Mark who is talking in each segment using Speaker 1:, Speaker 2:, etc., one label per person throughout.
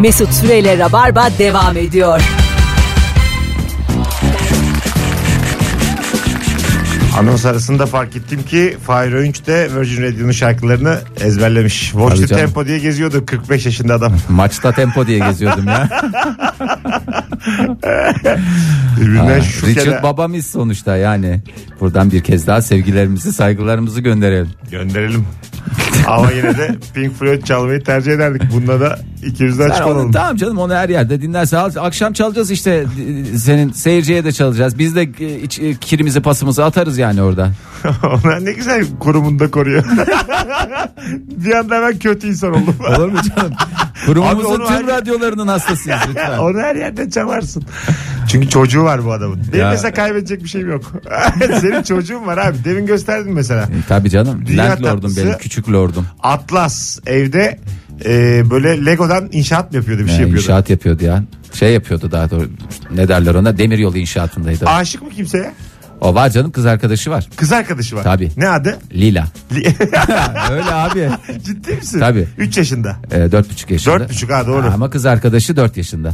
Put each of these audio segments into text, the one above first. Speaker 1: Mesut Süreyle Rabarba devam ediyor.
Speaker 2: Anons arasında fark ettim ki Fahir Öğünç de Virgin Radio'nun şarkılarını ezberlemiş. Watch
Speaker 3: Tabii
Speaker 2: the
Speaker 3: canım.
Speaker 2: Tempo diye geziyordu 45 yaşında adam.
Speaker 3: Maçta tempo diye geziyordum ya.
Speaker 2: Birbirinden
Speaker 3: Ha,
Speaker 2: şu
Speaker 3: Richard
Speaker 2: kere
Speaker 3: babamız sonuçta yani. Buradan bir kez daha sevgilerimizi saygılarımızı gönderelim.
Speaker 2: gönderelim. Ama yine de Pink Floyd çalmayı tercih ederdik. Bunda da ikimiz de
Speaker 3: Ben
Speaker 2: açık
Speaker 3: onu-
Speaker 2: olalım.
Speaker 3: tamam canım onu her yerde dinlerse al- akşam çalacağız işte e, senin seyirciye de çalacağız. Biz de e, iç- e, kirimizi pasımızı atarız yani orada.
Speaker 2: Onlar ne güzel kurumunda koruyor. bir anda hemen kötü insan oldum.
Speaker 3: Olur mu canım?
Speaker 2: Abi
Speaker 3: Kurumumuzun
Speaker 2: onu
Speaker 3: tüm
Speaker 2: her-
Speaker 3: radyolarının hastasıyız lütfen.
Speaker 2: Onu her yerde çalarsın. Çünkü çocuğu var bu adamın. Benim
Speaker 3: Ya.
Speaker 2: mesela kaybedecek bir şeyim yok. Senin çocuğun var abi. Demin gösterdin mesela.
Speaker 3: E, Tabii canım.
Speaker 2: Dünya
Speaker 3: Landlordum
Speaker 2: tatlısı- Şey
Speaker 3: benim küçük lordum.
Speaker 2: Atlas evde e, böyle Lego'dan inşaat mı yapıyordu bir şey
Speaker 3: Yani
Speaker 2: yapıyordu.
Speaker 3: inşaat yapıyordu ya. Şey yapıyordu daha doğru. Ne derler ona? Demiryolu inşaatındaydı.
Speaker 2: Aşık mı kimseye?
Speaker 3: O var canım kız arkadaşı var.
Speaker 2: Kız arkadaşı var.
Speaker 3: Tabii.
Speaker 2: Ne adı?
Speaker 3: Lila.
Speaker 2: Li-
Speaker 3: Öyle abi.
Speaker 2: Ciddi misin?
Speaker 3: Tabii.
Speaker 2: 3 yaşında.
Speaker 3: E, Dört buçuk yaşında.
Speaker 2: Dört buçuk, ha, doğru.
Speaker 3: Ama kız arkadaşı dört yaşında.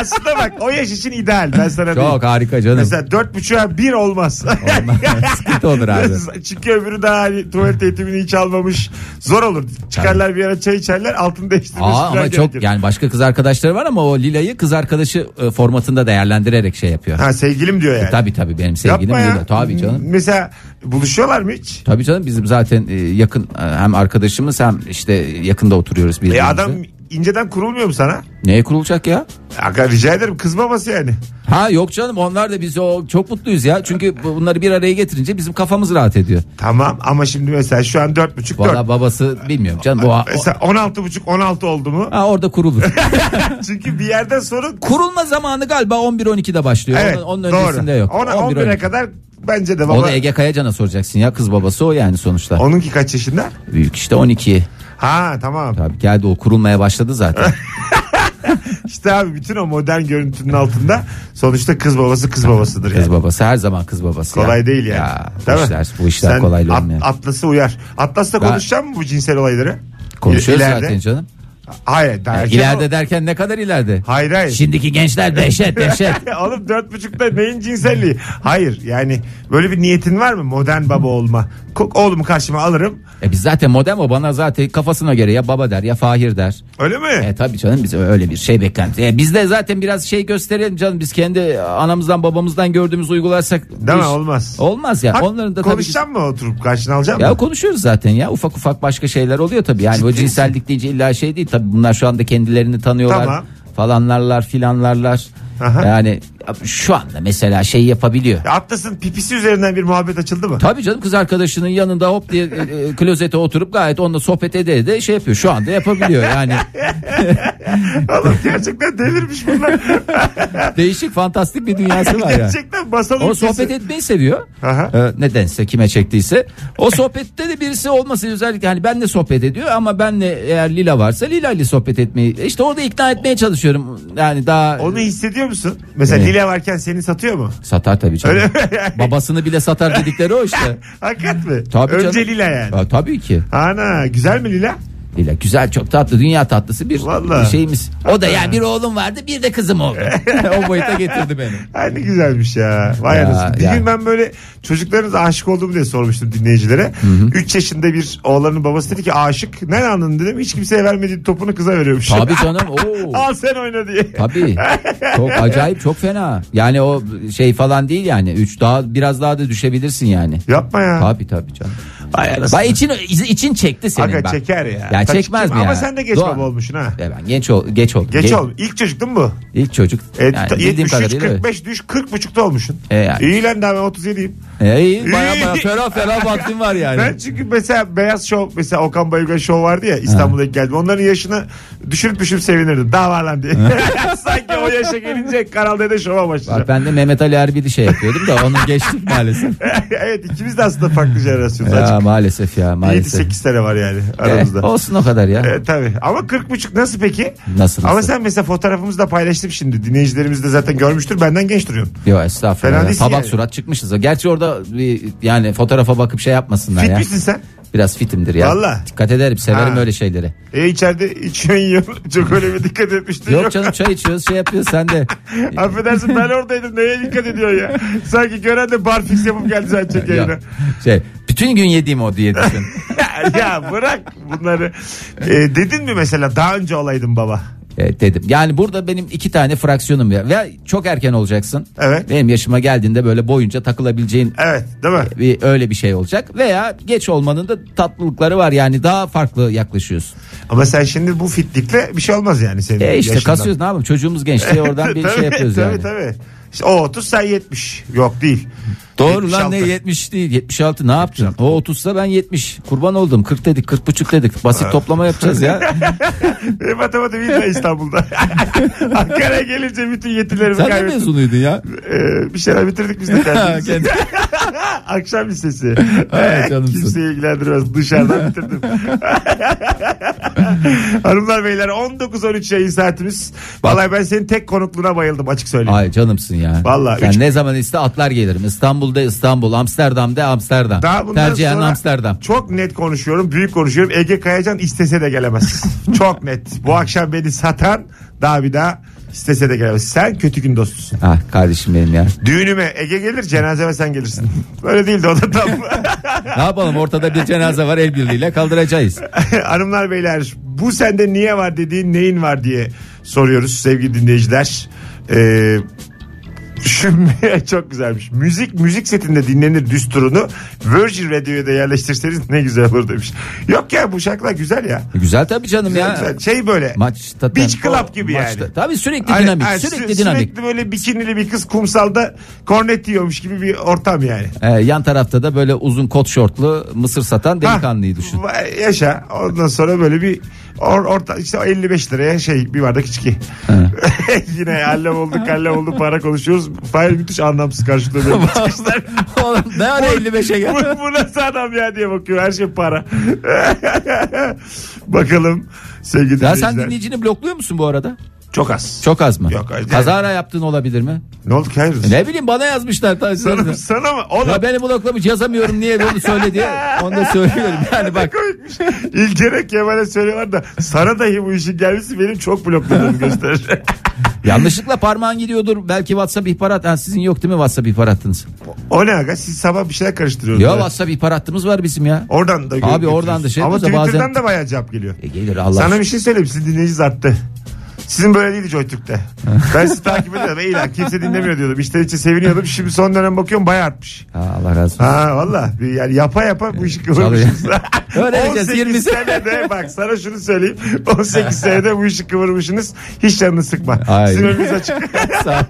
Speaker 2: Aslında bak o yaş için ideal. Ben sana diyeyim.
Speaker 3: Çok harika canım.
Speaker 2: Mesela dört buçuğa bir olmaz.
Speaker 3: Sıkıntı olur abi.
Speaker 2: Çünkü öbürü daha hani tuvalet eğitimini hiç almamış. Zor olur. Çıkarlar bir ara çay içerler altını değiştirmesi
Speaker 3: Aa, ama
Speaker 2: falan
Speaker 3: çok
Speaker 2: gerekir.
Speaker 3: yani başka kız arkadaşları var ama o Lila'yı kız arkadaşı e, formatında değerlendirerek şey yapıyor.
Speaker 2: Ha sevgilim diyor yani.
Speaker 3: Tabii tabii benim sevgilim
Speaker 2: Yapma ya. Hmm.
Speaker 3: Lila. Tabii canım.
Speaker 2: Mesela buluşuyorlar mı hiç? E,
Speaker 3: Tabii canım bizim zaten e, yakın e, hem arkadaşımız hem işte yakında oturuyoruz
Speaker 2: E
Speaker 3: birbirimizle.
Speaker 2: adam inceden kurulmuyor mu sana?
Speaker 3: Neye kurulacak ya?
Speaker 2: Aga rica ederim kız babası yani.
Speaker 3: Ha yok canım onlar da biz o çok mutluyuz ya. Çünkü bu- bunları bir araya getirince bizim kafamız rahat ediyor.
Speaker 2: Tamam ama şimdi mesela şu an dört buçuk dört. E,
Speaker 3: Valla babası bilmiyorum canım. Bu, o-
Speaker 2: Mesela on altı buçuk on altı oldu mu?
Speaker 3: ha, orada kurulur.
Speaker 2: Çünkü bir yerden sonra
Speaker 3: Kurulma zamanı galiba 11-12'de başlıyor.
Speaker 2: evet
Speaker 3: onun, onun
Speaker 2: doğru.
Speaker 3: öncesinde yok.
Speaker 2: 10
Speaker 3: 11,
Speaker 2: 11'e
Speaker 3: 12.
Speaker 2: kadar bence de
Speaker 3: O
Speaker 2: baba.
Speaker 3: da Ege Kayacan'a soracaksın ya kız babası o yani sonuçta.
Speaker 2: Onunki kaç yaşında?
Speaker 3: Büyük işte 12.
Speaker 2: Ha tamam.
Speaker 3: Tabii geldi o kurulmaya başladı zaten.
Speaker 2: İşte abi bütün o modern görüntünün altında sonuçta kız babası kız babasıdır yani.
Speaker 3: Kız babası her zaman kız babası.
Speaker 2: Kolay
Speaker 3: ya.
Speaker 2: değil yani.
Speaker 3: Ya, bu
Speaker 2: Değil mi?
Speaker 3: işler, bu işler
Speaker 2: Sen
Speaker 3: kolay
Speaker 2: At-
Speaker 3: olmuyor.
Speaker 2: Atlas'ı uyar. Atlas'ta
Speaker 3: Ben-
Speaker 2: konuşacak mı bu cinsel olayları?
Speaker 3: Konuşuyoruz
Speaker 2: İleride.
Speaker 3: zaten canım.
Speaker 2: Hayır. Daha erken
Speaker 3: ileride
Speaker 2: ol-
Speaker 3: derken ne kadar ileride?
Speaker 2: Hayır E hayır.
Speaker 3: Şimdiki gençler dehşet dehşet.
Speaker 2: Oğlum dört buçukta neyin cinselliği? Hayır yani böyle bir niyetin var mı modern baba olma? Ko- Oğlumu karşıma alırım.
Speaker 3: e biz zaten modem o bana zaten kafasına göre ya baba der ya Fahir der.
Speaker 2: Öyle mi?
Speaker 3: E tabii canım biz öyle bir şey beklenti. E biz de zaten biraz şey gösterelim canım biz kendi anamızdan babamızdan gördüğümüz uygularsak. bu
Speaker 2: Değil mi?
Speaker 3: iş-
Speaker 2: Olmaz.
Speaker 3: Olmaz ya.
Speaker 2: Ha,
Speaker 3: Onların da tabii ki-
Speaker 2: konuşacağım mı oturup karşına alacağım
Speaker 3: Ya
Speaker 2: mı?
Speaker 3: konuşuyoruz zaten ya ufak ufak başka şeyler oluyor tabii yani o
Speaker 2: Ciddi
Speaker 3: cinsellik deyince illa şey değil tabii bunlar şu anda kendilerini tanıyorlar
Speaker 2: Tamam.
Speaker 3: falanlarlar filanlarlar
Speaker 2: Aha.
Speaker 3: yani şu anda mesela şey yapabiliyor.
Speaker 2: Atlas'ın pipisi üzerinden bir muhabbet açıldı mı?
Speaker 3: Tabii canım kız arkadaşının yanında hop diye e, e, klozete oturup gayet onunla sohbet ede ede şey yapıyor şu anda yapabiliyor yani
Speaker 2: Oğlum gerçekten delirmiş bunlar.
Speaker 3: değişik fantastik bir dünyası var ya.
Speaker 2: gerçekten masal
Speaker 3: O
Speaker 2: ülkesi.
Speaker 3: sohbet etmeyi seviyor.
Speaker 2: Aha.
Speaker 3: Ee, nedense kime çektiyse. O sohbette de birisi olması özellikle hani benle sohbet ediyor ama benle eğer Lila varsa Lila ile sohbet etmeyi. işte orada ikna etmeye çalışıyorum. Yani daha
Speaker 2: Onu hissediyor musun? Mesela
Speaker 3: Evet.
Speaker 2: Lila varken seni satıyor mu?
Speaker 3: satar tabii canım.
Speaker 2: Öyle mi?
Speaker 3: Babasını bile satar dedikleri o işte.
Speaker 2: Hakikat mi?
Speaker 3: Tabii
Speaker 2: Önce
Speaker 3: canım.
Speaker 2: Lila yani.
Speaker 3: Ya, tabii ki.
Speaker 2: Ana güzel mi Lila?
Speaker 3: Lila güzel çok tatlı dünya tatlısı bir
Speaker 2: Vallahi.
Speaker 3: şeyimiz. O da yani bir oğlum vardı bir de kızım oldu. o boyuta getirdi beni.
Speaker 2: Ay ne güzelmiş ya. Vay
Speaker 3: Ya,
Speaker 2: anasını. Bir
Speaker 3: ya.
Speaker 2: gün ben böyle çocuklarınız aşık oldu mu diye sormuştum dinleyicilere. 3 yaşında bir oğlanın babası dedi ki aşık. Ne anladın dedim. Hiç kimseye vermediği topunu kıza veriyormuş.
Speaker 3: Tabii canım. Oo.
Speaker 2: Al sen oyna diye.
Speaker 3: Tabii. Çok acayip çok fena. Yani o şey falan değil yani. Üç daha biraz daha da düşebilirsin yani.
Speaker 2: Yapma ya.
Speaker 3: Tabii tabii canım.
Speaker 2: Vay anasını.
Speaker 3: Bak için için çekti seni
Speaker 2: Aga
Speaker 3: bak.
Speaker 2: çeker ya.
Speaker 3: Ya
Speaker 2: Tabii
Speaker 3: çekmez
Speaker 2: çeker.
Speaker 3: mi ya?
Speaker 2: Ama sen de geç
Speaker 3: Doğan.
Speaker 2: baba olmuşsun ha.
Speaker 3: Ya ben genç ol geç oldum.
Speaker 2: Geç
Speaker 3: Ge-
Speaker 2: ol. İlk çocuk değil mi bu?
Speaker 3: İlk çocuk.
Speaker 2: E,
Speaker 3: yani
Speaker 2: ta-
Speaker 3: bildiğim
Speaker 2: 73,
Speaker 3: kadarıyla öyle.
Speaker 2: 45 düş 40 buçukta olmuşsun.
Speaker 3: E yani.
Speaker 2: İyi lan daha ben 37'yim.
Speaker 3: E, iyi, baya baya ferah ferah vaktin var yani.
Speaker 2: Ben çünkü mesela Beyaz Show mesela Okan Bayülgen Show vardı ya İstanbul'a ilk geldi. Onların yaşını düşürüp düşürüp sevinirdim. Daha var lan diye. Sanki o yaşa gelince Kanal D'de şova başlayacağım.
Speaker 3: Bak ben de Mehmet Ali Erbil'i şey yapıyordum da onu geçtik maalesef.
Speaker 2: evet ikimiz de aslında farklı jenerasyonuz.
Speaker 3: ya
Speaker 2: Azıcık
Speaker 3: maalesef ya maalesef.
Speaker 2: 7-8 sene var yani
Speaker 3: Eh,
Speaker 2: aramızda.
Speaker 3: olsun o kadar ya.
Speaker 2: E, tabii ama 40 buçuk nasıl peki?
Speaker 3: Nasıl,
Speaker 2: Ama
Speaker 3: nasıl?
Speaker 2: sen mesela fotoğrafımızı da paylaştım şimdi. Dinleyicilerimiz de zaten görmüştür. Benden genç duruyorsun.
Speaker 3: Yok estağfurullah.
Speaker 2: Fena
Speaker 3: ya.
Speaker 2: değilsin
Speaker 3: Tabak
Speaker 2: yani.
Speaker 3: surat çıkmışız. Gerçi orada bir, yani fotoğrafa bakıp şey yapmasınlar
Speaker 2: Fit
Speaker 3: ya.
Speaker 2: misin sen?
Speaker 3: Biraz fitimdir ya.
Speaker 2: Valla.
Speaker 3: Dikkat ederim severim
Speaker 2: Ha.
Speaker 3: öyle şeyleri.
Speaker 2: E içeride içiyorsun yiyorsun. Çok öyle bir dikkat etmiştin.
Speaker 3: Yok canım çay içiyoruz şey yapıyoruz sen de.
Speaker 2: Affedersin ben oradaydım. Neye dikkat ediyor ya? Sanki gören de barfix yapıp geldi zaten yayına.
Speaker 3: Ya, şey, bütün gün yediğim o diye düşün.
Speaker 2: ya bırak bunları. E, dedin mi mesela daha önce olaydın baba?
Speaker 3: Evet, dedim. Yani burada benim iki tane fraksiyonum ya. Ve çok erken olacaksın.
Speaker 2: Evet.
Speaker 3: Benim yaşıma geldiğinde böyle boyunca takılabileceğin
Speaker 2: Evet değil mi?
Speaker 3: bir öyle bir şey olacak veya geç olmanın da tatlılıkları var yani daha farklı yaklaşıyorsun.
Speaker 2: Ama sen şimdi bu fitlikle bir şey olmaz yani senin
Speaker 3: E işte
Speaker 2: yaşından.
Speaker 3: kasıyoruz ne yapalım çocuğumuz genç diye oradan bir şey
Speaker 2: Tabii,
Speaker 3: yapıyoruz
Speaker 2: tabii,
Speaker 3: yani.
Speaker 2: Tabii İşte o 30 sen 70. Yok değil.
Speaker 3: Doğru lan ne
Speaker 2: 76.
Speaker 3: 70 değil 76 ne yaptın? O 30'sa ben 70 kurban oldum 40 dedik 40 buçuk dedik basit toplama yapacağız ya.
Speaker 2: E, matematik illa İstanbul'da. Ankara'ya gelince bütün yetilerimi
Speaker 3: Sen de
Speaker 2: kaybettim.
Speaker 3: mezunuydun ya.
Speaker 2: E, bir şeyler bitirdik biz de kendimiz.
Speaker 3: Kendi-
Speaker 2: Akşam lisesi.
Speaker 3: Ay, canımsın.
Speaker 2: Kimseyi ilgilendirmez. Dışarıdan bitirdim. Hanımlar beyler 19-13 yayın saatimiz. Vallahi ben senin tek konukluğuna bayıldım açık söyleyeyim.
Speaker 3: Ay canımsın ya.
Speaker 2: Vallahi
Speaker 3: Sen
Speaker 2: üç-
Speaker 3: ne zaman iste atlar gelirim. İstanbul'da İstanbul, Amsterdam'da Amsterdam.
Speaker 2: Daha bundan
Speaker 3: Tercihen
Speaker 2: sonra
Speaker 3: Amsterdam.
Speaker 2: Çok net konuşuyorum, büyük konuşuyorum. Ege Kayacan istese de gelemez. çok net. Bu akşam beni satan daha bir daha istese de gelemez. Sen kötü gün dostusun.
Speaker 3: Ah kardeşim benim ya.
Speaker 2: Düğünüme Ege gelir, cenazeme sen gelirsin. Böyle değildi o da tam.
Speaker 3: Ne yapalım ortada bir cenaze var el birliğiyle kaldıracağız.
Speaker 2: Hanımlar beyler bu sende niye var dediğin neyin var diye soruyoruz sevgili dinleyiciler. Ee, şu çok güzelmiş. Müzik müzik setinde dinlenir düsturunu Virgin Radio'ya da yerleştirseniz ne güzel olur demiş. Yok ya bu şarkılar güzel ya.
Speaker 3: E, Güzel tabii canım ya.
Speaker 2: Güzel. Şey böyle.
Speaker 3: Maçta
Speaker 2: Beach
Speaker 3: tempo,
Speaker 2: Club gibi
Speaker 3: maçta-
Speaker 2: yani.
Speaker 3: Tabii sürekli
Speaker 2: Hani-
Speaker 3: dinamik,
Speaker 2: hani
Speaker 3: sürekli
Speaker 2: sü-
Speaker 3: dinamik.
Speaker 2: Sürekli böyle bikinili bir kız kumsalda kornet yiyormuş gibi bir ortam yani.
Speaker 3: Ee, yan tarafta da böyle uzun kot şortlu mısır satan delikanlıyı
Speaker 2: Ha,
Speaker 3: düşün.
Speaker 2: vay- Yaşa. Ondan sonra böyle bir or, orta işte o 55 liraya şey bir bardak içki. Yine hallem oldu kallem oldu para konuşuyoruz. Fahir müthiş anlamsız karşılıyor böyle çıkışlar.
Speaker 3: Oğlum ne ara 55'e
Speaker 2: bu,
Speaker 3: gel.
Speaker 2: bu nasıl adam ya diye bakıyor. Her şey para. Bakalım sevgili
Speaker 3: Ya sen
Speaker 2: dinleyiciler.
Speaker 3: dinleyicini blokluyor musun bu arada?
Speaker 2: Çok az.
Speaker 3: Çok az mı?
Speaker 2: Yok, hayır.
Speaker 3: Kazara yaptığın olabilir mi?
Speaker 2: Ne oldu ki hayırdır?
Speaker 3: Ne bileyim bana yazmışlar. tabii.
Speaker 2: Sana, sana mı? Oğlum
Speaker 3: Ya beni bloklamış yazamıyorum niye onu söyle diye. Onu da söylüyorum yani bak.
Speaker 2: koymuş. İlker'e Kemal'e söylüyorlar da sana dahi bu işin gelmesi benim çok blokladığımı gösterir.
Speaker 3: Yanlışlıkla parmağın gidiyordur. Belki WhatsApp ihbarat. Ha, sizin yok değil mi WhatsApp ihbarattınız?
Speaker 2: o ne aga siz sabah bir şeyler karıştırıyorsunuz.
Speaker 3: Ya
Speaker 2: Evet.
Speaker 3: WhatsApp ihbarattımız var bizim ya.
Speaker 2: Oradan da
Speaker 3: Abi
Speaker 2: görüp
Speaker 3: oradan da şey
Speaker 2: Ama
Speaker 3: yapıyorsa
Speaker 2: Twitter'dan
Speaker 3: bazen-
Speaker 2: da bayağı cevap geliyor.
Speaker 3: E gelir Allah
Speaker 2: Sana
Speaker 3: aşkına.
Speaker 2: bir şey söyleyeyim sizin dinleyiciniz arttı. Sizin böyle değildi Joytürk'te. Ben sizi takip ediyordum. İyi lan kimse dinlemiyor diyordum. İşte içe seviniyordum. Şimdi son dönem bakıyorum bayağı artmış.
Speaker 3: Ha, Allah razı olsun.
Speaker 2: Ha valla Bir- yani yapa yapa bu işi kıvırmışız.
Speaker 3: Çalıyor. Öğreneceğiz,
Speaker 2: 18
Speaker 3: 20 sene.
Speaker 2: senede bak sana şunu söyleyeyim. 18 senede bu işi kıvırmışsınız. Hiç canını sıkma.
Speaker 3: Ay.
Speaker 2: Sizin önünüz açık.
Speaker 3: Sağ ol.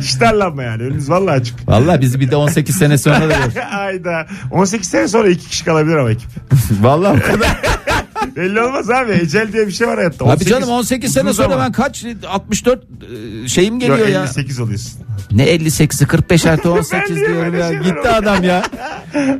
Speaker 2: Hiç darlanma yani. Önünüz valla açık.
Speaker 3: Vallahi bizi bir de 18 sene sonra da gör.
Speaker 2: Ayda. 18 sene sonra iki kişi kalabilir ama ekip.
Speaker 3: Vallahi o kadar.
Speaker 2: Belli olmaz abi. Ecel diye bir şey var hayatta.
Speaker 3: Abi canım 18 sene
Speaker 2: uzun
Speaker 3: sonra
Speaker 2: zaman.
Speaker 3: ben kaç 64 e, şeyim
Speaker 2: Yo,
Speaker 3: geliyor ya.
Speaker 2: 58 oluyorsun.
Speaker 3: Ne 58'i 45 artı 18
Speaker 2: Ben niye
Speaker 3: diyorum
Speaker 2: böyle şey
Speaker 3: ya.
Speaker 2: şeyler
Speaker 3: Gitti
Speaker 2: oluyor?
Speaker 3: adam ya.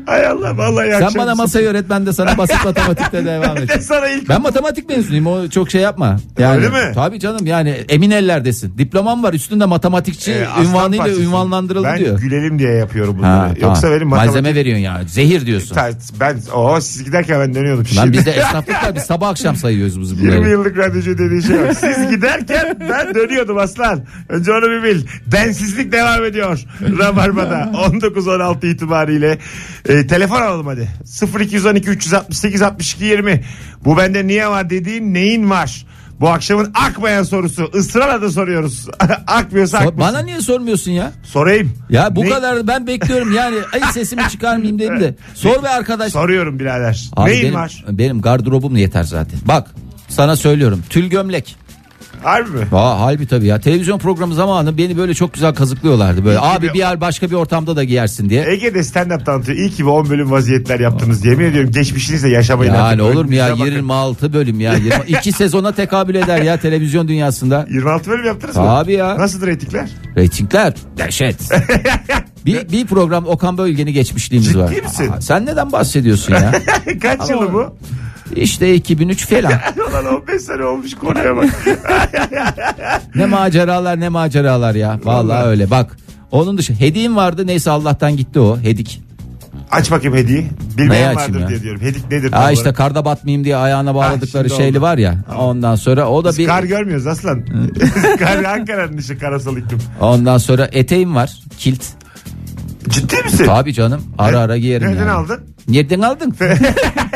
Speaker 2: Ay Allah vallahi
Speaker 3: Sen
Speaker 2: akşam
Speaker 3: bana
Speaker 2: bizim-
Speaker 3: masayı öğret ben de sana basit matematikte devam
Speaker 2: Ben de
Speaker 3: edeceğim.
Speaker 2: sana ilk
Speaker 3: Ben matematik mezunuyum o çok şey yapma. Yani,
Speaker 2: Öyle mi?
Speaker 3: Tabii canım yani emin ellerdesin. Diplomam var üstünde matematikçi
Speaker 2: Ee, aslan
Speaker 3: şey ünvanıyla
Speaker 2: parçası.
Speaker 3: ünvanlandırıldı
Speaker 2: ben
Speaker 3: diyor.
Speaker 2: gülelim diye yapıyorum bunları.
Speaker 3: Ha,
Speaker 2: Yoksa
Speaker 3: tamam.
Speaker 2: benim
Speaker 3: Malzeme veriyorsun ya zehir diyorsun.
Speaker 2: matematik... Ben o siz giderken ben dönüyordum.
Speaker 3: Lan
Speaker 2: Şimdi-
Speaker 3: bizde esnaflık var biz sabah akşam sayıyoruz biz
Speaker 2: 20
Speaker 3: bunları.
Speaker 2: yıllık radyocu dediği şey var. Siz giderken ben dönüyordum aslan. Önce onu bir bil. Densizlik devam ediyor. Rabarba'da 19-16 itibariyle. E, telefon alalım hadi. 0212 368 62 20. Bu bende niye var dediğin neyin var? Bu akşamın akmayan sorusu. Israrla da soruyoruz. Akmıyorsa
Speaker 3: Ba-
Speaker 2: akmasın.
Speaker 3: Bana niye sormuyorsun ya?
Speaker 2: Sorayım.
Speaker 3: Ya bu
Speaker 2: Ne-
Speaker 3: kadar ben bekliyorum yani ay sesimi çıkarmayayım dedim de. Sor be arkadaş.
Speaker 2: Soruyorum birader.
Speaker 3: Abi
Speaker 2: neyin
Speaker 3: benim,
Speaker 2: var?
Speaker 3: Benim gardırobum yeter zaten. Bak sana söylüyorum tül gömlek.
Speaker 2: Harbi mi?
Speaker 3: Aa, halbi tabii ya televizyon programı zamanı beni böyle çok güzel kazıklıyorlardı böyle. Abi bir yer başka bir ortamda da giyersin diye.
Speaker 2: Ege'de stand-up tanıtıyor. İyi ki 10 bölüm vaziyetler yaptınız. Yemin ediyorum geçmişinizle yaşamayın.
Speaker 3: Yani
Speaker 2: artık.
Speaker 3: olur mu ya
Speaker 2: Önünüze bakın.
Speaker 3: 26 bölüm ya. 20 iki sezona tekabül eder ya televizyon dünyasında.
Speaker 2: 26 bölüm yaptınız mı?
Speaker 3: Abi ya.
Speaker 2: Nasıldır reytingler?
Speaker 3: Reytingler dehşet. bir, bir program Okan Bölgen'i geçmişliğimiz
Speaker 2: Ciddi
Speaker 3: var.
Speaker 2: misin?
Speaker 3: Aa, sen neden bahsediyorsun ya?
Speaker 2: Kaç yılı bu?
Speaker 3: işte 2003 falan.
Speaker 2: Ulan 15 sene olmuş konuya bak.
Speaker 3: Ne maceralar ne maceralar ya. Vallahi öyle bak. Onun dışı hediyem vardı neyse Allah'tan gitti o hedik.
Speaker 2: Aç bakayım hediyeyi. Bilmeyen
Speaker 3: Neyi açayım
Speaker 2: vardır
Speaker 3: ya?
Speaker 2: diye diyorum. Hedik nedir?
Speaker 3: Aa
Speaker 2: tam
Speaker 3: işte
Speaker 2: olarak?
Speaker 3: karda batmayayım diye ayağına bağladıkları
Speaker 2: şimdi
Speaker 3: şeyli
Speaker 2: oldu.
Speaker 3: var ya. Ondan sonra o da bir
Speaker 2: Kar görmüyoruz aslan. Kar Ankara'nın işi karasal iklim.
Speaker 3: ondan sonra eteğim var. Kilt.
Speaker 2: Ciddi misin?
Speaker 3: Tabii canım. Ara ara giyerim
Speaker 2: Nereden
Speaker 3: yani.
Speaker 2: aldın?
Speaker 3: Nereden aldın?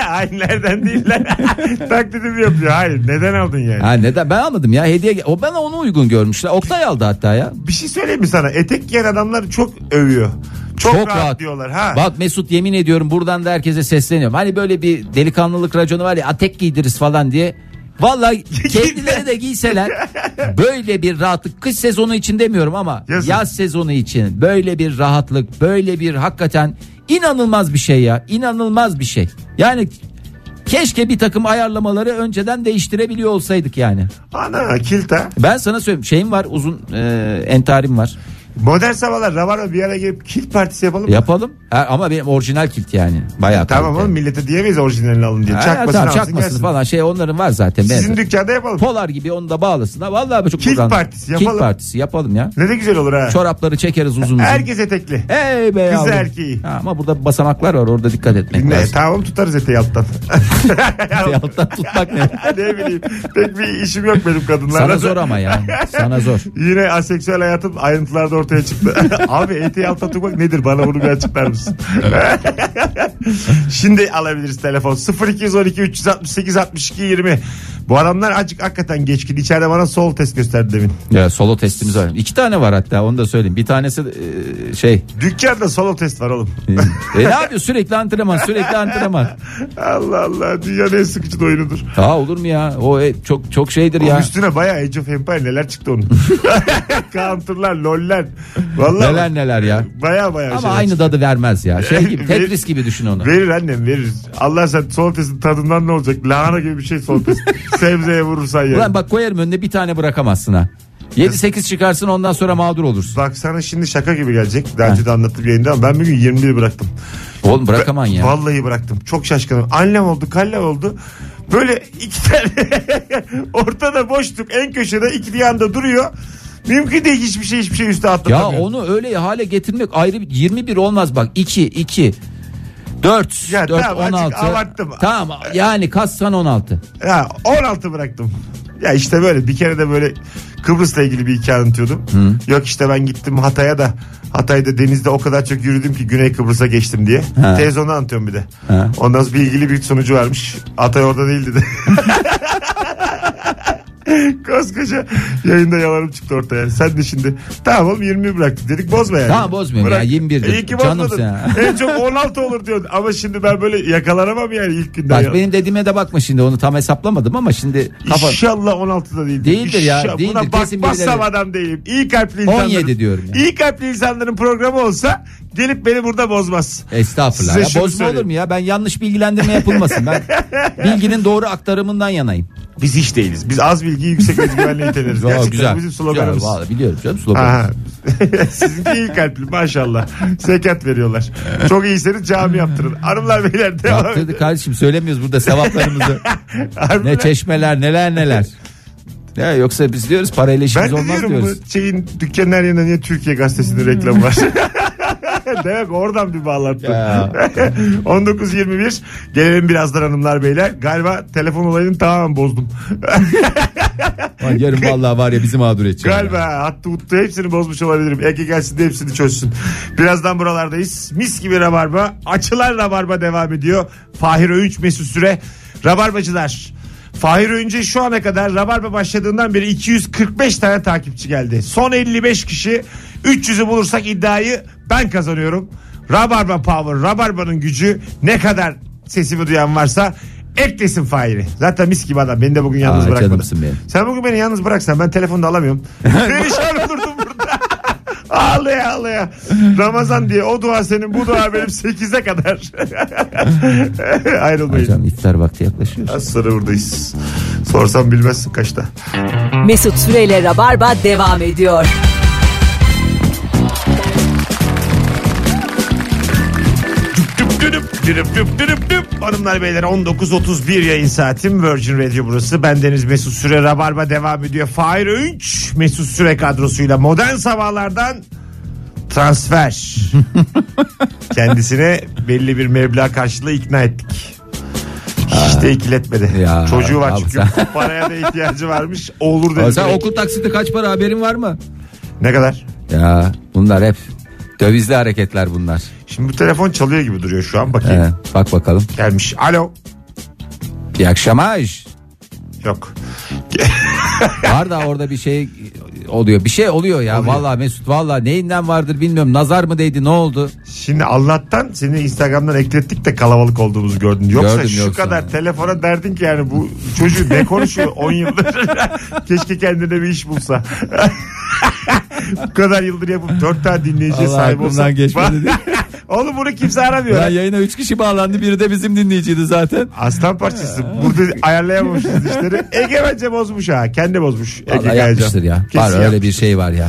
Speaker 2: Hayır nereden değiller. Taklidimi yapıyor. Hayır neden aldın yani?
Speaker 3: ha neden ben almadım ya hediye o ben onu uygun görmüşler. Oktay aldı hatta ya.
Speaker 2: Bir şey söyleyeyim mi sana? Etek giyen adamlar çok övüyor. Çok,
Speaker 3: Çok
Speaker 2: rahat,
Speaker 3: rahat.
Speaker 2: diyorlar. Ha.
Speaker 3: Bak Mesut yemin ediyorum buradan da herkese sesleniyorum. Hani böyle bir delikanlılık raconu var ya atek giydiriz falan diye. Vallahi kendileri de giyseler böyle bir rahatlık kış sezonu için demiyorum ama
Speaker 2: Yazın.
Speaker 3: yaz sezonu için böyle bir rahatlık böyle bir hakikaten inanılmaz bir şey ya inanılmaz bir şey. Yani keşke bir takım ayarlamaları önceden değiştirebiliyor olsaydık yani.
Speaker 2: Ana kilta.
Speaker 3: Ben sana söyleyeyim şeyim var uzun e, entarim var
Speaker 2: Modern sabahlar Rabarba bir ara gelip kilt partisi yapalım. mı?
Speaker 3: yapalım Ha, ama benim orijinal kilt yani bayağı
Speaker 2: Tamam
Speaker 3: kaliteli.
Speaker 2: oğlum millete diyemeyiz orijinalini alın diye.
Speaker 3: Ha,
Speaker 2: Çakmasını
Speaker 3: tamam,
Speaker 2: alsın
Speaker 3: çakmasın
Speaker 2: gelsin.
Speaker 3: falan şey onların var zaten.
Speaker 2: Sizin
Speaker 3: Benim.
Speaker 2: dükkanda yapalım.
Speaker 3: Polar gibi onu da bağlasın. Ha, vallahi çok
Speaker 2: Kilt
Speaker 3: buradan-
Speaker 2: partisi
Speaker 3: Kilt
Speaker 2: yapalım.
Speaker 3: partisi yapalım ya.
Speaker 2: Ne de güzel olur ha.
Speaker 3: Çorapları çekeriz uzun uzun.
Speaker 2: Herkes etekli.
Speaker 3: Ey be yavrum.
Speaker 2: erkeği.
Speaker 3: Ha, ama burada basamaklar var orada dikkat etmek
Speaker 2: Ne,
Speaker 3: lazım.
Speaker 2: tamam tutarız eteği alttan.
Speaker 3: Alttan tutmak ne?
Speaker 2: ne bileyim. Pek bir işim yok benim kadınlarla.
Speaker 3: Sana zor ama ya. Sana zor.
Speaker 2: Yine aseksüel hayatım ayrıntılarda ortaya çıktı. Abi eteği altta tutmak nedir? Bana bunu bir açıklar mısın? Şimdi alabiliriz telefon. 0212 368 62 20. Bu adamlar acık hakikaten geçkin. İçeride bana sol test gösterdi demin.
Speaker 3: Ya solo testimiz var. İki tane var hatta onu da söyleyeyim. Bir tanesi e, şey.
Speaker 2: Dükkanda solo test var oğlum.
Speaker 3: e, e, ne yapıyor sürekli antrenman sürekli antrenman.
Speaker 2: Allah Allah. Dünyanın en sıkıcı da oyunudur.
Speaker 3: Ha olur mu ya? O e, çok çok şeydir
Speaker 2: Onun
Speaker 3: ya.
Speaker 2: üstüne bayağı Age of Empire neler çıktı onun. Counter'lar, LoL'ler. Vallahi
Speaker 3: Neler neler ya.
Speaker 2: Bayağı bayağı
Speaker 3: Ama
Speaker 2: şeyler
Speaker 3: aynı
Speaker 2: çıktı.
Speaker 3: dadı vermez ya. Şey gibi Tetris gibi düşün onu.
Speaker 2: Verir annem verir. Allah sen sol testin tadından ne olacak? Lahana gibi bir şey sol test. Sebzeye vurursan yani.
Speaker 3: Ulan bak koyarım önüne bir tane bırakamazsın ha. 7-8 çıkarsın ondan sonra mağdur olursun.
Speaker 2: Bak sana şimdi şaka gibi gelecek. Daha önce de anlattım yayında ama ben bir gün 21 bıraktım.
Speaker 3: Oğlum bırakaman ya.
Speaker 2: Vallahi bıraktım. Çok şaşkınım. Annem oldu kallem oldu. Böyle iki tane ortada boşluk en köşede iki yanda duruyor. Mümkün değil hiçbir şey hiçbir şey üstüne
Speaker 3: Ya
Speaker 2: atlatamıyorum.
Speaker 3: onu öyle hale getirmek ayrı bir 21 olmaz bak 2 2 4
Speaker 2: Ya
Speaker 3: 4
Speaker 2: tamam, azıcık
Speaker 3: 16.
Speaker 2: abarttım.
Speaker 3: Tamam yani kassan 16.
Speaker 2: Ya 16 bıraktım. Ya işte böyle bir kere de böyle Kıbrıs'la ilgili bir hikaye anlatıyordum. Yok işte ben gittim Hatay'a da Hatay'da denizde o kadar çok yürüdüm ki Güney Kıbrıs'a geçtim diye.
Speaker 3: Ha.
Speaker 2: Televizyonda anlatıyorum bir de.
Speaker 3: Ha.
Speaker 2: Ondan sonra bilgili bir sonucu varmış. Hatay orada değil dedi. Koskoca yayında yalanım çıktı ortaya. Sen de şimdi tamam oğlum 20 bıraktık dedik bozma yani.
Speaker 3: Tamam, bozmuyorum
Speaker 2: Bırak.
Speaker 3: ya, 21 dedim.
Speaker 2: İyi ki
Speaker 3: Canım
Speaker 2: bozmadın.
Speaker 3: sen.
Speaker 2: En çok 16 olur diyordun ama şimdi ben böyle yakalanamam yani ilk günden.
Speaker 3: Bak
Speaker 2: ya.
Speaker 3: benim dediğime de bakma şimdi onu tam hesaplamadım ama şimdi kafa
Speaker 2: İnşallah 16'da değildir.
Speaker 3: Değildir ya,
Speaker 2: İnşallah.
Speaker 3: değildir.
Speaker 2: Buna
Speaker 3: Kesin
Speaker 2: bakmazsam
Speaker 3: birileri-
Speaker 2: adam değilim. İyi kalpli insanların.
Speaker 3: 17 diyorum ya.
Speaker 2: İyi kalpli insanların programı olsa gelip beni burada bozmaz.
Speaker 3: Estağfurullah.
Speaker 2: Size
Speaker 3: Ya
Speaker 2: şunu
Speaker 3: bozma
Speaker 2: söyleyeyim.
Speaker 3: olur mu ya? Ben yanlış bilgilendirme yapılmasın. Ben bilginin doğru aktarımından yanayım.
Speaker 2: Biz hiç değiliz. Biz az bilgiyi yüksek özgüvenle iteleriz.
Speaker 3: Aa,
Speaker 2: Gerçekten
Speaker 3: güzel.
Speaker 2: bizim sloganımız.
Speaker 3: Güzel, vallahi biliyorum canım slogan.
Speaker 2: Aha. Sizinki iyi kalpli maşallah. Sekat veriyorlar. Çok iyiseniz cami yaptırın. Hanımlar beyler devam
Speaker 3: Yaptırdı kardeşim söylemiyoruz burada sevaplarımızı.
Speaker 2: Harbi
Speaker 3: ne
Speaker 2: lan.
Speaker 3: çeşmeler neler neler. Ya yoksa biz diyoruz parayla
Speaker 2: Ben
Speaker 3: işimiz
Speaker 2: de
Speaker 3: olmaz
Speaker 2: diyorum
Speaker 3: diyoruz. Hmm.
Speaker 2: bu şeyin dükkanın her yerinde niye Türkiye gazetesinin reklamı var? Demek oradan bir bağlantı.
Speaker 3: Ya.
Speaker 2: 19.21 gelelim birazdan hanımlar beyler. Galiba telefon olayını tamamen bozdum.
Speaker 3: Ulan Yarın vallahi var ya bizi mağdur edecek.
Speaker 2: Galiba hattı huttu hepsini bozmuş olabilirim. Ege gelsin de hepsini çözsün. Birazdan buralardayız. Mis gibi rabarba. Açılan rabarba devam ediyor. Fahir Öğünç Mesut Süre. Rabarbacılar. Fahir Öğünç'e şu ana kadar Rabarba başladığından beri 245 tane takipçi geldi. Son 55 kişi 300'ü bulursak iddiayı ben kazanıyorum. Rabarba Power, Rabarba'nın gücü ne kadar sesimi duyan varsa eklesin Fahir'i. Zaten mis gibi adam. Beni de bugün yalnız
Speaker 3: Aa,
Speaker 2: bırakmadı.
Speaker 3: canımsın benim.
Speaker 2: Sen bugün beni yalnız bıraksan ben telefonu da alamıyorum. Perişan olurdum burada. Ağlaya ağlaya. Ramazan diye o dua senin bu dua benim 8'e kadar. Ayrılmayın.
Speaker 3: Hocam iftar vakti yaklaşıyor.
Speaker 2: Az sonra buradayız. Sorsam bilmezsin kaçta.
Speaker 1: Mesut Süreyle Rabarba devam ediyor.
Speaker 2: Düp düdüp, düdüp düp düdüp düp. Hanımlar beyler 19.31 yayın saatim Virgin Radio burası. Bendeniz Mesut Süre Rabarba devam ediyor. Fahir Öğünç Mesut Süre kadrosuyla modern sabahlardan transfer. Kendisine belli bir meblağ karşılığı ikna ettik. Hiç de ikiletmedi.
Speaker 3: Ya,
Speaker 2: Çocuğu var
Speaker 3: abi
Speaker 2: çünkü.
Speaker 3: sen-
Speaker 2: Paraya da ihtiyacı varmış. Olur
Speaker 3: Ama
Speaker 2: dedi.
Speaker 3: sen
Speaker 2: direkt.
Speaker 3: okul taksiti kaç para haberin var mı?
Speaker 2: Ne kadar?
Speaker 3: Ya bunlar hep dövizli hareketler bunlar.
Speaker 2: Şimdi bu telefon çalıyor gibi duruyor şu an. Bakayım.
Speaker 3: Ee, bak bakalım.
Speaker 2: Gelmiş. Alo.
Speaker 3: İyi akşamlar.
Speaker 2: Yok.
Speaker 3: Var da orada bir şey oluyor. Bir şey oluyor ya. Vallahi Mesut vallahi neyinden vardır bilmiyorum. Nazar mı değdi ne oldu?
Speaker 2: Şimdi Allah'tan seni Instagram'dan eklettik de kalabalık olduğumuzu gördün. Yoksa
Speaker 3: Gördüm,
Speaker 2: şu
Speaker 3: yoksa.
Speaker 2: kadar telefona derdin ki yani bu çocuğu ne konuşuyor 10 yıldır. Keşke kendine bir iş bulsa. bu kadar yıldır yapıp 4 tane dinleyiciye şey
Speaker 3: Vallahi
Speaker 2: sahip olsa.
Speaker 3: aklımdan geçmedi.
Speaker 2: Oğlum bunu kimse aramıyor.
Speaker 3: yayına 3 kişi bağlandı. Biri de bizim dinleyiciydi zaten.
Speaker 2: Aslan parçası. Burada ayarlayamamışız işleri. Ege bence bozmuş ha. Kendi bozmuş. Ege
Speaker 3: Vallahi
Speaker 2: Kayacan.
Speaker 3: yapmıştır ya.
Speaker 2: Kesin
Speaker 3: var öyle
Speaker 2: yapmış.
Speaker 3: bir şey var ya.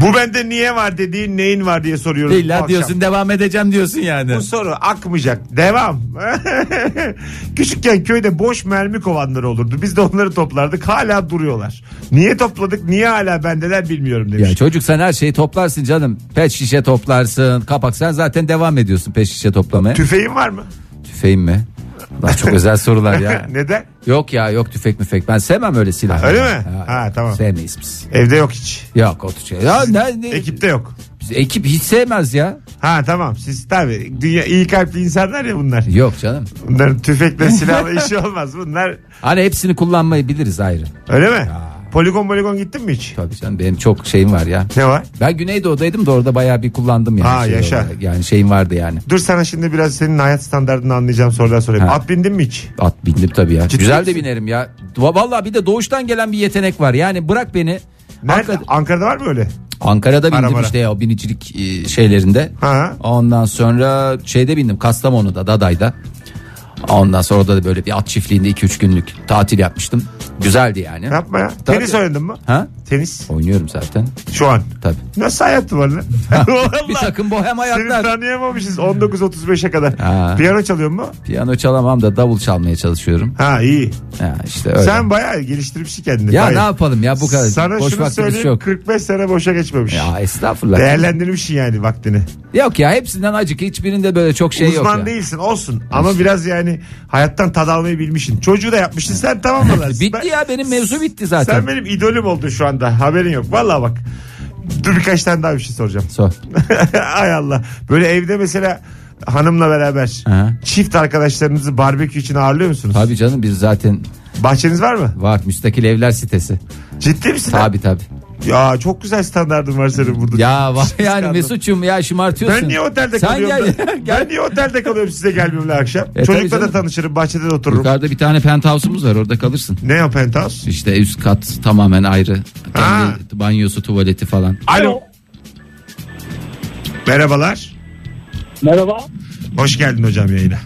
Speaker 2: Bu bende niye var dediğin neyin var diye soruyoruz. bu
Speaker 3: İlla
Speaker 2: akşam.
Speaker 3: diyorsun devam edeceğim diyorsun yani.
Speaker 2: Bu soru akmayacak. Devam. Küçükken köyde boş mermi kovanları olurdu. Biz de onları toplardık. Hala duruyorlar. Niye topladık? Niye hala bendeler bilmiyorum demiş.
Speaker 3: Ya çocuk sen her şeyi toplarsın canım. Pet şişe toplarsın. Kapak sen zaten devam ediyorsun pet şişe toplamaya.
Speaker 2: Tüfeğin var mı?
Speaker 3: Tüfeğin mi? Lan çok özel sorular ya.
Speaker 2: Neden?
Speaker 3: Yok ya yok tüfek müfek. Ben sevmem öyle silah.
Speaker 2: Öyle
Speaker 3: Ya.
Speaker 2: mi? Ha, tamam.
Speaker 3: Sevmeyiz biz.
Speaker 2: Evde yok hiç.
Speaker 3: Yok o tüfek. Ya, ne, ne-
Speaker 2: Ekipte yok.
Speaker 3: biz- ekip hiç sevmez ya.
Speaker 2: Ha tamam siz tabi dünya iyi kalpli insanlar ya bunlar.
Speaker 3: Yok canım.
Speaker 2: Bunların tüfekle silahla işi olmaz. Bunlar
Speaker 3: Hani hepsini kullanmayı biliriz ayrı.
Speaker 2: öyle mi? Poligon poligon gittin mi hiç?
Speaker 3: Tabii canım benim çok şeyim var ya.
Speaker 2: Ne var?
Speaker 3: Ben Güneydoğu'daydım da orada bayağı bir kullandım yani.
Speaker 2: Ha,
Speaker 3: şey
Speaker 2: yaşa.
Speaker 3: olarak. Yani şeyim vardı yani.
Speaker 2: Dur sana şimdi biraz senin hayat standartını anlayacağım sorular sorayım.
Speaker 3: Ha.
Speaker 2: At bindin mi hiç?
Speaker 3: At bindim tabii ya.
Speaker 2: Ciddi
Speaker 3: Güzel
Speaker 2: misin?
Speaker 3: de binerim ya. Va- Vallahi bir de doğuştan gelen bir yetenek var. Yani bırak beni.
Speaker 2: Nerede?
Speaker 3: Ankara'da,
Speaker 2: Ankara'da var mı öyle?
Speaker 3: Ankara'da bindim
Speaker 2: Ara bara.
Speaker 3: işte ya o binicilik e, şeylerinde.
Speaker 2: Ha.
Speaker 3: Ondan sonra şeyde bindim Kastamonu'da Daday'da. Ondan sonra orada da böyle bir at çiftliğinde 2-3 günlük tatil yapmıştım. Güzeldi yani.
Speaker 2: Yapma ya.
Speaker 3: Tabii.
Speaker 2: Tenis oynadın mı?
Speaker 3: Ha?
Speaker 2: Tenis.
Speaker 3: Oynuyorum zaten.
Speaker 2: Şu an.
Speaker 3: Tabii.
Speaker 2: Nasıl hayat var lan?
Speaker 3: Bir
Speaker 2: Valla.
Speaker 3: takım bohem
Speaker 2: Seni
Speaker 3: hayatlar.
Speaker 2: tanıyamamışız 19-35'e kadar.
Speaker 3: Ha.
Speaker 2: Piyano çalıyor mu?
Speaker 3: Piyano çalamam da davul çalmaya çalışıyorum.
Speaker 2: Ha iyi.
Speaker 3: Ya işte öyle.
Speaker 2: Sen bayağı geliştirmişsin kendini.
Speaker 3: ya
Speaker 2: Hayır.
Speaker 3: ne yapalım ya bu kadar.
Speaker 2: Sana
Speaker 3: Boş
Speaker 2: şunu
Speaker 3: vaktimiz
Speaker 2: söyleyeyim
Speaker 3: yok.
Speaker 2: 45 sene boşa geçmemiş.
Speaker 3: Ya estağfurullah.
Speaker 2: Değerlendirmişsin yani vaktini.
Speaker 3: Yok ya hepsinden acık hiçbirinde böyle çok şey yok.
Speaker 2: Uzman
Speaker 3: ya.
Speaker 2: değilsin olsun ama biraz yani hayattan tad almayı bilmişsin. Çocuğu da yapmışsın sen tamam mı lan?
Speaker 3: Bitti
Speaker 2: Ben-
Speaker 3: ya benim mevzu bitti zaten.
Speaker 2: Sen benim idolüm oldun şu anda haberin yok. Vallahi bak dur birkaç tane daha bir şey soracağım.
Speaker 3: Sor.
Speaker 2: Ay Allah. Böyle evde mesela hanımla beraber
Speaker 3: Aha.
Speaker 2: çift arkadaşlarınızı barbekü için ağırlıyor musunuz?
Speaker 3: Tabii canım biz zaten
Speaker 2: Bahçeniz var mı?
Speaker 3: var müstakil evler sitesi.
Speaker 2: Ciddi misin?
Speaker 3: Tabii tabii.
Speaker 2: Ya çok güzel standardın var senin burada.
Speaker 3: Ya var yani
Speaker 2: Kıskandım.
Speaker 3: Mesut'cum ya şımartıyorsun.
Speaker 2: Ben niye otelde
Speaker 3: Sen
Speaker 2: kalıyorum?
Speaker 3: gel- E,
Speaker 2: ben? Ben niye otelde kalıyorum size gelmiyorum lan akşam?
Speaker 3: tabii
Speaker 2: Çocukla da
Speaker 3: canım.
Speaker 2: tanışırım bahçede de otururum.
Speaker 3: Yukarıda bir tane penthouse'umuz var orada kalırsın.
Speaker 2: Ne yap penthouse?
Speaker 3: İşte üst kat tamamen ayrı. Kendi
Speaker 2: Ha.
Speaker 3: banyosu tuvaleti falan.
Speaker 2: Alo. Merhabalar.
Speaker 4: Merhaba.
Speaker 2: Hoş geldin hocam yayına.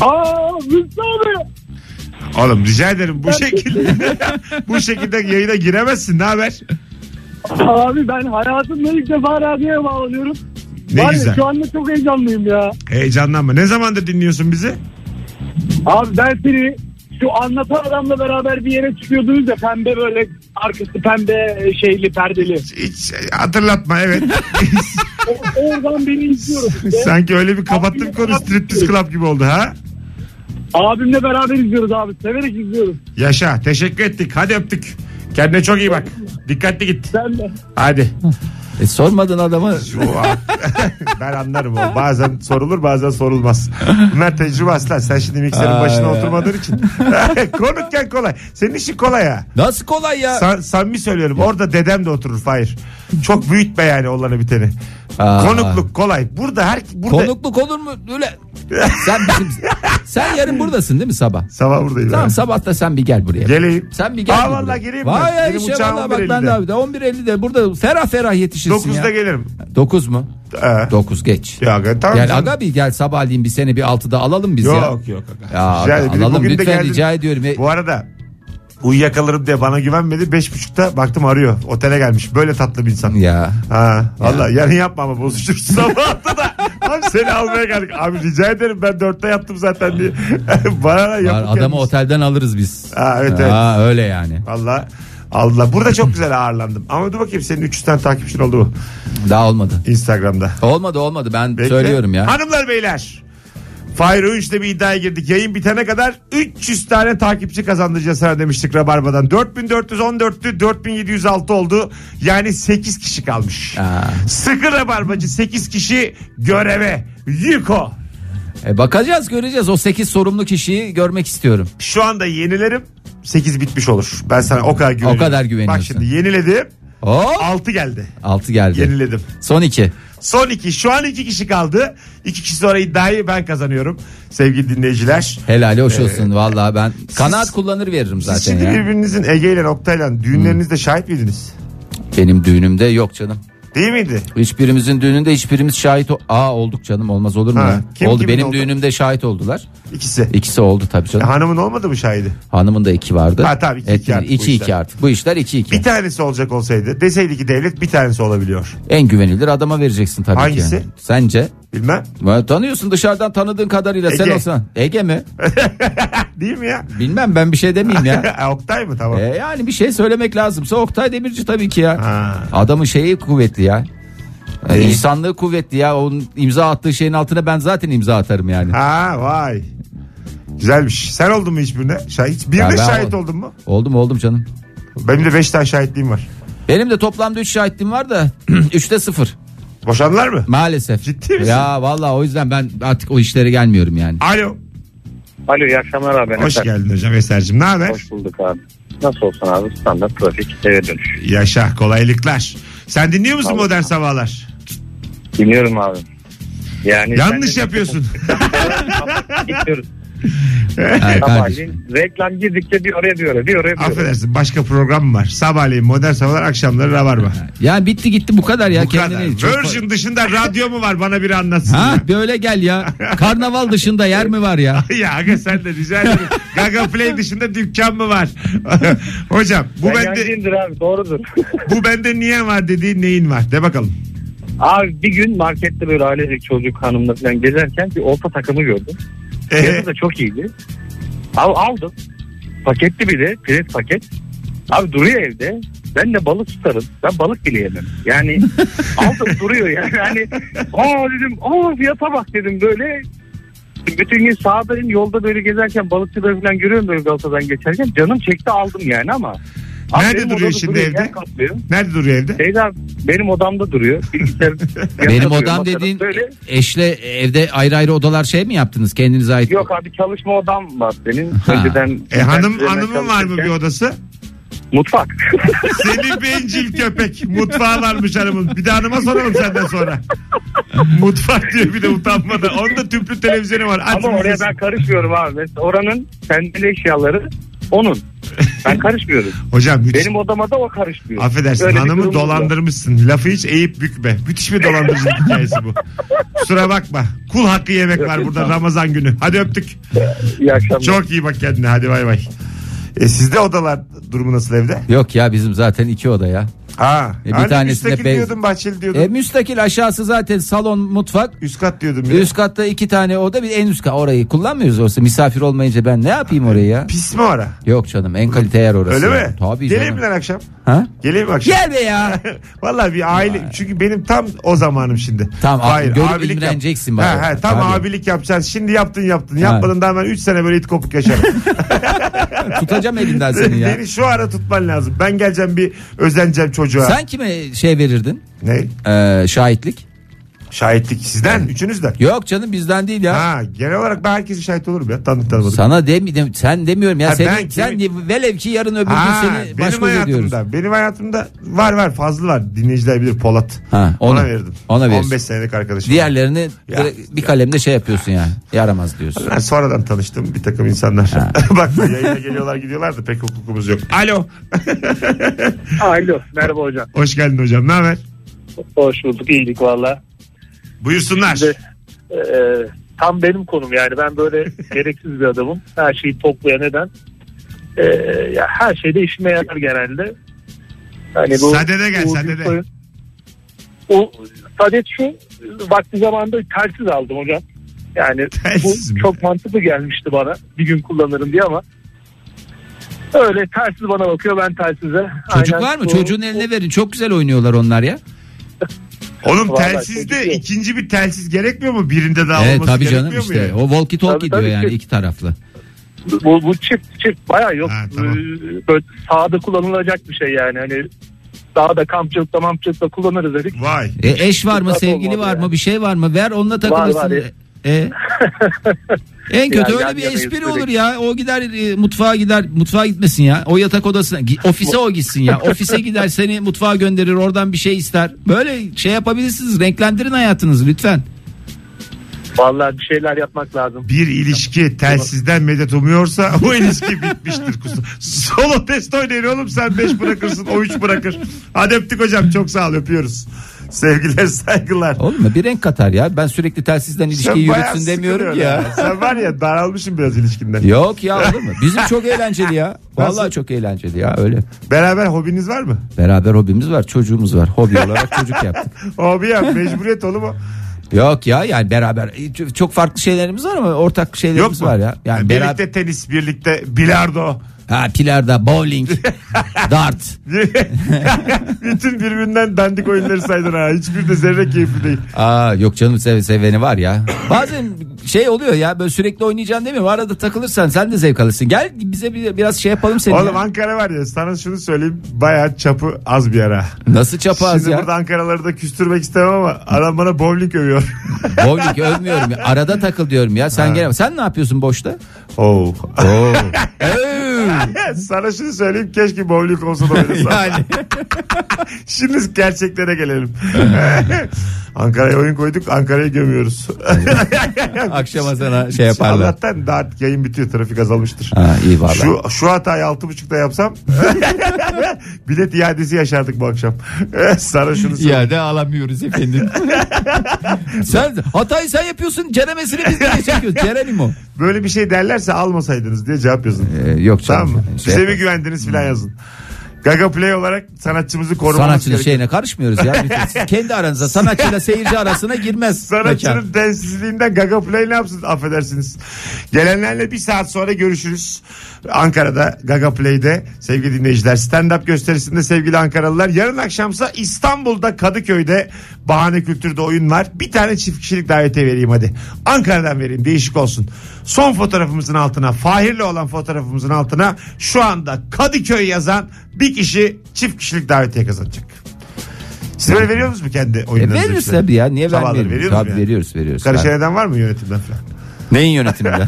Speaker 4: Aa Rüstü abi.
Speaker 2: Oğlum rica ederim bu şekilde bu şekilde yayına giremezsin. Ne haber?
Speaker 4: Abi ben hayatımda ilk defa radyoya bağlanıyorum.
Speaker 2: Ne
Speaker 4: Var ya,
Speaker 2: güzel.
Speaker 4: Şu anda çok heyecanlıyım ya.
Speaker 2: Heyecanlanma. Ne zamandır dinliyorsun bizi?
Speaker 4: Abi ben seni şu anlatan adamla beraber bir yere çıkıyordunuz ya pembe böyle arkası pembe e, şeyli perdeli.
Speaker 2: Hiç hatırlatma evet.
Speaker 4: O- Oradan beni izliyorum işte.
Speaker 2: Sanki öyle bir kapattım konu striptiz club gibi oldu ha.
Speaker 4: Abimle beraber izliyoruz abi. Severek izliyoruz.
Speaker 2: Yaşa teşekkür ettik hadi öptük. Kendine çok iyi bak. Dikkatli git.
Speaker 4: Sen de.
Speaker 2: Hadi.
Speaker 3: E, sormadın adamı.
Speaker 2: Oha. ben anlarım o. Bazen sorulur bazen sorulmaz. Bunlar tecrübe aslan. Sen şimdi mikserin
Speaker 3: Aa,
Speaker 2: başına
Speaker 3: ya.
Speaker 2: oturmadığın için. Konukken kolay. Senin işin kolay ha.
Speaker 3: Nasıl kolay ya?
Speaker 2: Sa- samimi söylüyorum. Orada dedem de oturur Fahir. Çok büyütme yani olanı biteni.
Speaker 3: Aa.
Speaker 2: Konukluk kolay. Burada her burada
Speaker 3: Konukluk olur mu? Öyle. Sen bizim sen yarın buradasın değil mi sabah?
Speaker 2: sabah buradayım.
Speaker 3: Tamam
Speaker 2: ben.
Speaker 3: sabah da sen bir gel buraya.
Speaker 2: Geleyim.
Speaker 3: Sen bir gel.
Speaker 2: Aa,
Speaker 3: bir
Speaker 2: vallahi
Speaker 3: buraya.
Speaker 2: geleyim mi?
Speaker 3: Vay ya
Speaker 2: Benim
Speaker 3: işe
Speaker 2: uçağım
Speaker 3: vallahi bak
Speaker 2: 11.50'de.
Speaker 3: ben de abi de 11.50'de burada ferah ferah yetişirsin
Speaker 2: 9'da
Speaker 3: ya.
Speaker 2: gelirim.
Speaker 3: 9 mu?
Speaker 2: Ee,
Speaker 3: 9 geç.
Speaker 2: ya aga, tamam.
Speaker 3: Gel
Speaker 2: canım.
Speaker 3: aga bir gel sabahleyin bir seni bir altıda alalım biz ya.
Speaker 2: Yok yok aga.
Speaker 3: Ya
Speaker 2: Rica
Speaker 3: aga,
Speaker 2: ederim. Bir de
Speaker 3: alalım
Speaker 2: bugün de
Speaker 3: lütfen
Speaker 2: geldim.
Speaker 3: rica ediyorum. E,
Speaker 2: Bu arada uyuyakalırım diye bana güvenmedi. Beş buçukta baktım arıyor. Otele gelmiş. Böyle tatlı bir insan.
Speaker 3: Ya
Speaker 2: Ha, valla yarın yapma ama bozuşuruz sabah altıda da. Abi seni almaya geldik. Abi rica ederim ben dörtte yattım zaten diye. bana da
Speaker 3: var,
Speaker 2: yapıp
Speaker 3: adamı
Speaker 2: gelmiş.
Speaker 3: otelden alırız biz.
Speaker 2: Ha, evet,
Speaker 3: Ha, öyle yani.
Speaker 2: Valla Aldılar. Burada çok güzel ağırlandım. Ama dur bakayım senin 300 tane takipçin oldu mu?
Speaker 3: Daha olmadı.
Speaker 2: Instagram'da.
Speaker 3: Olmadı olmadı ben
Speaker 2: Bekle.
Speaker 3: söylüyorum ya.
Speaker 2: Hanımlar beyler. Fahir işte bir iddiaya girdik. Yayın bitene kadar 300 tane takipçi kazandıracağız sana demiştik Rabarba'dan. 4414'tü 4706 oldu. Yani 8 kişi kalmış.
Speaker 3: Aa.
Speaker 2: Sıkı Rabarbacı 8 kişi göreve. Yiko.
Speaker 3: E, bakacağız göreceğiz o 8 sorumlu kişiyi görmek istiyorum.
Speaker 2: Şu anda yenilerim 8 bitmiş olur. Ben sana o kadar güveniyorum.
Speaker 3: kadar güveniyorsun.
Speaker 2: Bak şimdi yeniledim.
Speaker 3: Hop
Speaker 2: 6 geldi.
Speaker 3: 6 geldi.
Speaker 2: Yeniledim.
Speaker 3: Son 2.
Speaker 2: Son iki. Şu an iki kişi kaldı. İki kişi sonra iddiayı ben kazanıyorum. Sevgili dinleyiciler.
Speaker 3: Helali hoş olsun vallahi ben kanaat kullanır veririm zaten
Speaker 2: Ee, Siz şimdi
Speaker 3: ya. Hmm.
Speaker 2: birbirinizin Ege ile Oktay'la düğünlerinizde şahit miydiniz?
Speaker 3: Benim düğünümde yok canım.
Speaker 2: Değil miydi?
Speaker 3: Hiçbirimizin düğününde hiçbirimiz şahit o- Aa olduk canım olmaz olur mu?
Speaker 2: Ha,
Speaker 3: ya?
Speaker 2: kim
Speaker 3: oldu
Speaker 2: kimin
Speaker 3: benim
Speaker 2: oldu?
Speaker 3: düğünümde şahit oldular.
Speaker 2: İkisi.
Speaker 3: İkisi oldu tabii canım.
Speaker 2: Hanımın olmadı mı şahidi?
Speaker 3: Hanımın da iki vardı.
Speaker 2: Ha, tabii, iki, iki
Speaker 3: Ettiler.
Speaker 2: artık bu
Speaker 3: İki, iki
Speaker 2: işler.
Speaker 3: artık. Bu işler iki iki.
Speaker 2: Bir tanesi olacak olsaydı deseydi ki devlet bir tanesi olabiliyor.
Speaker 3: En güvenilir adama vereceksin tabii ki.
Speaker 2: Hangisi?
Speaker 3: yani. Sence?
Speaker 2: Bilmem.
Speaker 3: Ben tanıyorsun dışarıdan tanıdığın kadarıyla sen
Speaker 2: Ege.
Speaker 3: olsan. Ege mi?
Speaker 2: Değil mi ya?
Speaker 3: Bilmem ben bir şey demeyeyim ya.
Speaker 2: Oktay mı? Tamam.
Speaker 3: E yani bir şey söylemek lazımsa Oktay Demirci tabii ki ya.
Speaker 2: Ha.
Speaker 3: Adamın şeyi kuvvetli ya. E, İnsanlığı kuvvetli ya. Onun imza attığı şeyin altına ben zaten imza atarım yani.
Speaker 2: Ha vay. Güzelmiş. Sen oldun mu hiçbirine? Şahit. Birine
Speaker 3: Ya ben
Speaker 2: şahit
Speaker 3: oldum.
Speaker 2: oldun mu?
Speaker 3: Oldum oldum canım.
Speaker 2: Benim de beş tane şahitliğim var.
Speaker 3: Benim de toplamda 3 şahitliğim var da 3'te 0
Speaker 2: Boşandılar mı?
Speaker 3: maalesef.
Speaker 2: Ciddi misin?
Speaker 3: Ya vallahi o yüzden ben artık o işlere gelmiyorum yani.
Speaker 2: Alo.
Speaker 5: Alo iyi akşamlar abi.
Speaker 2: Hoş
Speaker 5: Efendim,
Speaker 2: geldin hocam Eser'cim. Ne haber?
Speaker 5: Hoş bulduk abi. Nasıl olsun abi standart trafik eve dönüş.
Speaker 2: Yaşa kolaylıklar. Sen dinliyor musun
Speaker 5: Vallahi.
Speaker 2: modern sabahlar?
Speaker 5: Dinliyorum abi. Yani
Speaker 2: Yanlış
Speaker 5: Ee, ben-
Speaker 2: yapıyorsun.
Speaker 5: Gidiyoruz.
Speaker 3: Yani kardeşim.
Speaker 5: Sabahleyin reklam girdikçe bir oraya bir oraya bir oraya bir oraya.
Speaker 2: şey Affedersin başka program mı var. Sabahleyin modern sabahlar akşamları rabarba.
Speaker 3: Yani bitti gitti bu kadar ya
Speaker 2: Bu kadar.
Speaker 3: kendini. çok-
Speaker 2: Virgin dışında radyo mu var bana biri anlatsın.
Speaker 3: Ha
Speaker 2: ya.
Speaker 3: böyle gel ya. Karnaval dışında yer mi var ya?
Speaker 2: Ya aga sen de rica ederim. Gaga Play dışında dükkan mı var? Hocam bu
Speaker 5: Ben
Speaker 2: bende
Speaker 5: yancıyımdır abi doğrudur.
Speaker 2: bu bende niye var dediğin neyin var? De bakalım.
Speaker 5: abi bir gün markette böyle ailecek çocuk hanımla falan gezerken bir olta takımı gördüm.
Speaker 2: Ee,
Speaker 5: Fiyatı da çok iyiydi. Abi aldım. Paketli bir de pres paket. Abi duruyor evde. Ben de balık tutarım. Ben balık bile yemem. Yani aldım duruyor yani. Hani aa dedim aa fiyata bak dedim böyle. Bütün gün sağda in, yolda böyle gezerken balıkçıları falan görüyorum böyle Galatasaray'dan geçerken. Canım çekti aldım yani ama.
Speaker 2: Nerede
Speaker 5: benim
Speaker 2: duruyor
Speaker 5: odada
Speaker 2: şimdi
Speaker 5: duruyor,
Speaker 2: evde?
Speaker 5: yer kaplıyor.
Speaker 2: nerede duruyor evde?
Speaker 5: Şeyde abi, benim odamda duruyor. Bilgisayar yanında
Speaker 3: Benim
Speaker 5: duruyor
Speaker 3: odam
Speaker 5: masanın.
Speaker 3: dediğin
Speaker 5: Böyle,
Speaker 3: eşle evde ayrı ayrı odalar şey mi yaptınız kendinize ait?
Speaker 5: Yok abi çalışma odam var senin.
Speaker 3: Ha.
Speaker 5: Önceden
Speaker 2: E, hanım
Speaker 5: Ben
Speaker 2: hanımın var mı bir odası?
Speaker 5: Mutfak.
Speaker 2: Seni bencil köpek. Mutfağı varmış hanımın. Bir de hanıma soralım senden sonra. Mutfak diyor bir de utanmadan. Onda tüplü televizyonu var. Aç
Speaker 5: Ama oraya
Speaker 2: izlesin.
Speaker 5: ben karışmıyorum abi. Mesela oranın kendine eşyaları onun. Ben karışmıyorum.
Speaker 2: Hocam müthiş.
Speaker 5: Benim odama da o karışmıyor.
Speaker 2: Affedersin
Speaker 5: Öyle bir
Speaker 2: hanımı
Speaker 5: durumumuz var.
Speaker 2: dolandırmışsın. Lafı hiç eğip bükme. Müthiş bir dolandırıcılık hikayesi bu. Kusura bakma. Kul hakkı yemek
Speaker 5: Yok,
Speaker 2: var burada
Speaker 5: estağfurullah.
Speaker 2: Ramazan günü. Hadi öptük.
Speaker 5: İyi akşamlar.
Speaker 2: Çok iyi bak kendine. Hadi bay bay. E sizde odalar durumu nasıl evde?
Speaker 3: Yok ya bizim zaten iki oda ya.
Speaker 2: Ha.
Speaker 3: E, bir
Speaker 2: hani
Speaker 3: tanesinde
Speaker 2: müstakil
Speaker 3: bez-
Speaker 2: diyordun bahçeli diyordun.
Speaker 3: E, müstakil aşağısı zaten salon mutfak.
Speaker 2: üst kat diyordun. bir de.
Speaker 3: Üst katta iki tane oda bir en üst kat orayı kullanmıyoruz orası misafir olmayınca ben ne yapayım orayı ya?
Speaker 2: Pis mi ara?
Speaker 3: Yok canım en kalite yer orası.
Speaker 2: Öyle
Speaker 3: ya.
Speaker 2: mi?
Speaker 3: Tabii
Speaker 2: Geleyim
Speaker 3: canım.
Speaker 2: mi lan akşam?
Speaker 3: Ha?
Speaker 2: Geleyim mi akşam.
Speaker 3: Gel be ya.
Speaker 2: Vallahi bir aile çünkü benim tam o zamanım şimdi.
Speaker 3: Tamam, abi, görüp imreneceksin
Speaker 2: yap.
Speaker 3: bari.
Speaker 2: He, he, tam
Speaker 3: Tabii.
Speaker 2: abilik yapacaksın. Şimdi yaptın yaptın. Yapmadın daha ben 3 sene böyle it kopuk yaşarım.
Speaker 3: Tutacağım elinden seni ya.
Speaker 2: Beni şu ara tutman lazım. Ben geleceğim bir özeneceğim çocuğa.
Speaker 3: Sen kime şey verirdin?
Speaker 2: Ne?
Speaker 3: Ee, şahitlik.
Speaker 2: Şahitlik sizden üçünüzden.
Speaker 3: Yok canım bizden değil ya.
Speaker 2: Ha, genel olarak ben herkese şahit olurum ya. Tanıdık tanımadık.
Speaker 3: Sana dem, dem- sen demiyorum ya.
Speaker 2: Ha,
Speaker 3: seni,
Speaker 2: ben
Speaker 3: sen velev ki yarın öbür gün
Speaker 2: Ha,
Speaker 3: seni
Speaker 2: benim
Speaker 3: başkoz ediyoruz.
Speaker 2: hayatımda, benim hayatımda var var fazla var. Dinleyiciler bilir Polat.
Speaker 3: Ha, onu-
Speaker 2: ona verdim.
Speaker 3: ona verirsin.
Speaker 2: 15 senelik arkadaşım.
Speaker 3: Diğerlerini
Speaker 2: Ya.
Speaker 3: direkt bir kalemde şey yapıyorsun yani. Yaramaz diyorsun.
Speaker 2: Ben sonradan tanıştım bir takım insanlar. Bak yayına geliyorlar gidiyorlar da pek hukukumuz yok. Alo.
Speaker 5: Alo merhaba hocam.
Speaker 2: Hoş geldin hocam. Ne haber?
Speaker 5: Hoş bulduk iyilik valla.
Speaker 2: Buyursunlar.
Speaker 5: Şimdi, e, tam benim konum yani ben böyle gereksiz bir adamım. Her şeyi toplaya neden? E, ya her şeyde işime yarar genelde. Hani
Speaker 2: Sadede gel,
Speaker 5: Uğur
Speaker 2: sadede.
Speaker 5: Gülsoy'un- O sadet şu vakti zamanda telsiz aldım hocam. Yani
Speaker 2: Telsiz
Speaker 5: bu
Speaker 2: mi?
Speaker 5: çok mantıklı gelmişti bana. Bir gün kullanırım diye ama Öyle telsiz bana bakıyor ben telsize.
Speaker 3: Çocuk
Speaker 5: Aynen.
Speaker 3: var mı?
Speaker 5: Bu-
Speaker 3: Çocuğun eline verin. Çok güzel oynuyorlar onlar ya.
Speaker 2: Oğlum
Speaker 5: Vallahi
Speaker 2: telsizde
Speaker 5: çocuk yok.
Speaker 2: ikinci bir telsiz gerekmiyor mu? Birinde daha
Speaker 3: Evet
Speaker 2: olması
Speaker 3: tabii
Speaker 2: gerekmiyor
Speaker 3: canım
Speaker 2: mu
Speaker 3: işte.
Speaker 2: yani?
Speaker 3: O walkie
Speaker 5: Tabii,
Speaker 3: talkie
Speaker 5: tabii
Speaker 3: diyor yani
Speaker 5: ki.
Speaker 3: iki taraflı.
Speaker 5: Bu, bu çift çift baya yok.
Speaker 2: Ha, tamam.
Speaker 5: Ee, Böyle sahada kullanılacak bir şey yani. Hani dağda kampçılıkta mampçılıkta kullanırız dedik.
Speaker 2: Vay.
Speaker 3: E, eş var mı?
Speaker 5: Olmaz
Speaker 3: Sevgili var
Speaker 5: yani.
Speaker 3: mı? Bir şey var mı? Ver onunla takılırsın.
Speaker 5: Var, var.
Speaker 3: E, en kötü
Speaker 5: Yani
Speaker 3: öyle
Speaker 5: yan
Speaker 3: bir
Speaker 5: yana
Speaker 3: espri
Speaker 5: yürüyerek.
Speaker 3: olur ya. O gider e, mutfağa gider. Mutfağa gitmesin ya. O yatak odasına. gi- Ofise o gitsin ya. Ofise gider seni mutfağa gönderir. Oradan bir şey ister. Böyle şey yapabilirsiniz. Renklendirin hayatınızı lütfen.
Speaker 5: Vallahi bir şeyler yapmak lazım.
Speaker 2: Bir ilişki telsizden medet umuyorsa o ilişki bitmiştir. Kus- Solo test oynayın oğlum sen 5 bırakırsın o 3 bırakır. Hadi öptük hocam çok sağ ol öpüyoruz. Sevgiler saygılar.
Speaker 3: Olur mu? Bir renk katar ya. Ben sürekli telsizden ilişkiyi
Speaker 2: bayağı
Speaker 3: yürütsün demiyorum
Speaker 2: sıkılıyorsun
Speaker 3: ya.
Speaker 2: ha. Sen var ya daralmışım biraz ilişkinden.
Speaker 3: Yok ya olur mu? Bizim çok eğlenceli ya. Vallahi çok eğlenceli ya öyle.
Speaker 2: Beraber hobiniz var mı?
Speaker 3: Beraber hobimiz var, çocuğumuz var. Hobi olarak çocuk yaptık.
Speaker 2: Hobi ya mecburiyet oğlum o.
Speaker 3: Yok ya yani beraber e, çok farklı şeylerimiz var ama ortak
Speaker 2: Yok
Speaker 3: şeylerimiz
Speaker 2: mu?
Speaker 3: var ya. Yani beraber
Speaker 2: Birlikte tenis, birlikte bilardo.
Speaker 3: ha pilarda, bowling, dart.
Speaker 2: Bütün birbirinden dandik oyunları saydın ha. Hiçbir de zerre keyifli değil.
Speaker 3: Aa yok canım sev seveni var ya. Bazen şey oluyor ya böyle sürekli oynayacaksın değil mi? Arada takılırsan sen de zevk alırsın. Gel bize bir- biraz şey yapalım seni.
Speaker 2: Oğlum
Speaker 3: ya.
Speaker 2: Ankara var ya sana şunu söyleyeyim bayağı çapı az bir ara.
Speaker 3: Nasıl çapa az
Speaker 2: Şimdi
Speaker 3: ya?
Speaker 2: burada Ankaraları da küstürmek istemem ama adam bana bowling övüyor.
Speaker 3: Bowling övmüyorum ya. Arada takıl diyorum ya. Sen gel. Sen ne yapıyorsun boşta?
Speaker 2: Oo.
Speaker 3: Oo.
Speaker 2: sana şunu söyleyeyim keşke bowling olsa da oynasam.
Speaker 3: yani
Speaker 2: Şimdi gerçeklere gelelim. Ankara'ya oyun koyduk Ankara'yı gömüyoruz.
Speaker 3: akşama sana şey yaparlar.
Speaker 2: Allah'tan daha yayın bitiyor trafik azalmıştır.
Speaker 3: Ha, iyi valla.
Speaker 2: Şu, şu hatayı altı buçukta yapsam bilet iadesi yaşardık bu akşam. Sana şunu söyleyeyim.
Speaker 3: İade alamıyoruz efendim. sen hatayı sen yapıyorsun. Ceremesini biz niye çekiyoruz? Cerenim o.
Speaker 2: Böyle bir şey derlerse almasaydınız diye cevap yazın.
Speaker 3: Ee, yok
Speaker 2: Tamam mı?
Speaker 3: yani şey
Speaker 2: Bize mi
Speaker 3: yapalım.
Speaker 2: güvendiniz filan yazın. Gaga Play olarak sanatçımızı korumamız
Speaker 3: Sanatçının
Speaker 2: gerekiyor.
Speaker 3: şeyine karışmıyoruz ya. Bütün- Siz kendi aranızda sanatçıyla seyirci arasına girmez. mekan.
Speaker 2: Sanatçının densizliğinden Gaga Play ne yapsın affedersiniz. Gelenlerle bir saat sonra görüşürüz. Ankara'da Gaga Play'de sevgili dinleyiciler stand-up gösterisinde sevgili Ankaralılar. Yarın akşamsa İstanbul'da Kadıköy'de Bahane Kültür'de oyun var. Bir tane çift kişilik davete vereyim hadi. Ankara'dan vereyim değişik olsun. Son fotoğrafımızın altına Fahir'le olan fotoğrafımızın altına şu anda Kadıköy yazan bir kişi çift kişilik davetiye kazanacak. Siz böyle veriyor musunuz kendi
Speaker 3: E
Speaker 2: oyunlarınızı?
Speaker 3: veririz
Speaker 2: işte?
Speaker 3: tabii ya. Niye
Speaker 2: Sabahları
Speaker 3: vermeyelim?
Speaker 2: veriyoruz
Speaker 3: Tabii
Speaker 2: yani.
Speaker 3: veriyoruz veriyoruz.
Speaker 2: Karışan
Speaker 3: Tabii.
Speaker 2: eden var mı yönetimden falan?
Speaker 3: Neyin yönetiminde?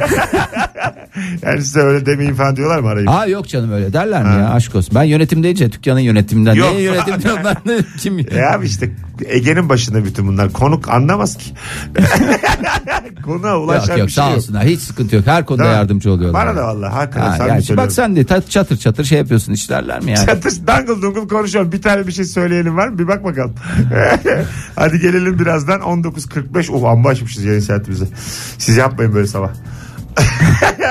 Speaker 2: Yani size öyle demeyin falan diyorlar mı arayıp?
Speaker 3: Aa yok canım öyle derler mi ya aşk olsun. Ben yönetim deyince dükkanın yönetiminden.
Speaker 2: Yok.
Speaker 3: Ne yönetim diyorum ben ne- kim?
Speaker 2: E abi işte Ege'nin başında bütün bunlar. Konuk anlamaz ki. Konuğa ulaşan
Speaker 3: Yok yok
Speaker 2: bir şey
Speaker 3: sağ
Speaker 2: yok.
Speaker 3: olsunlar hiç sıkıntı yok her konuda
Speaker 2: Değil mi?
Speaker 3: yardımcı oluyorlar.
Speaker 2: Bana da vallahi hakikaten
Speaker 3: Ha,
Speaker 2: samimi
Speaker 3: yani
Speaker 2: söylüyorum.
Speaker 3: bak sen de ta- çatır çatır şey yapıyorsun işlerler mi yani?
Speaker 2: Çatış dangıl dungul konuşuyorum. Bir tane bir şey söyleyelim var mı? Bir bak bakalım. Hadi gelelim birazdan. 19.45. Of amma açmışız yayın saatimizi. Siz yapmayın böyle sabah.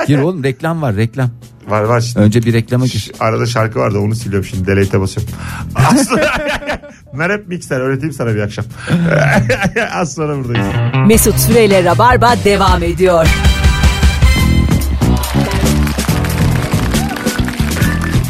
Speaker 3: Gir oğlum reklam var reklam.
Speaker 2: Var var şimdi.
Speaker 3: Önce bir reklama gir.
Speaker 2: Ş- Arada şarkı vardı onu siliyorum şimdi. Delete'e basıyorum. Az sonra... Bunlar hep mikser. Öğreteyim sana bir akşam. Az sonra buradayız.
Speaker 1: Mesut Süreyle Rabarba devam ediyor.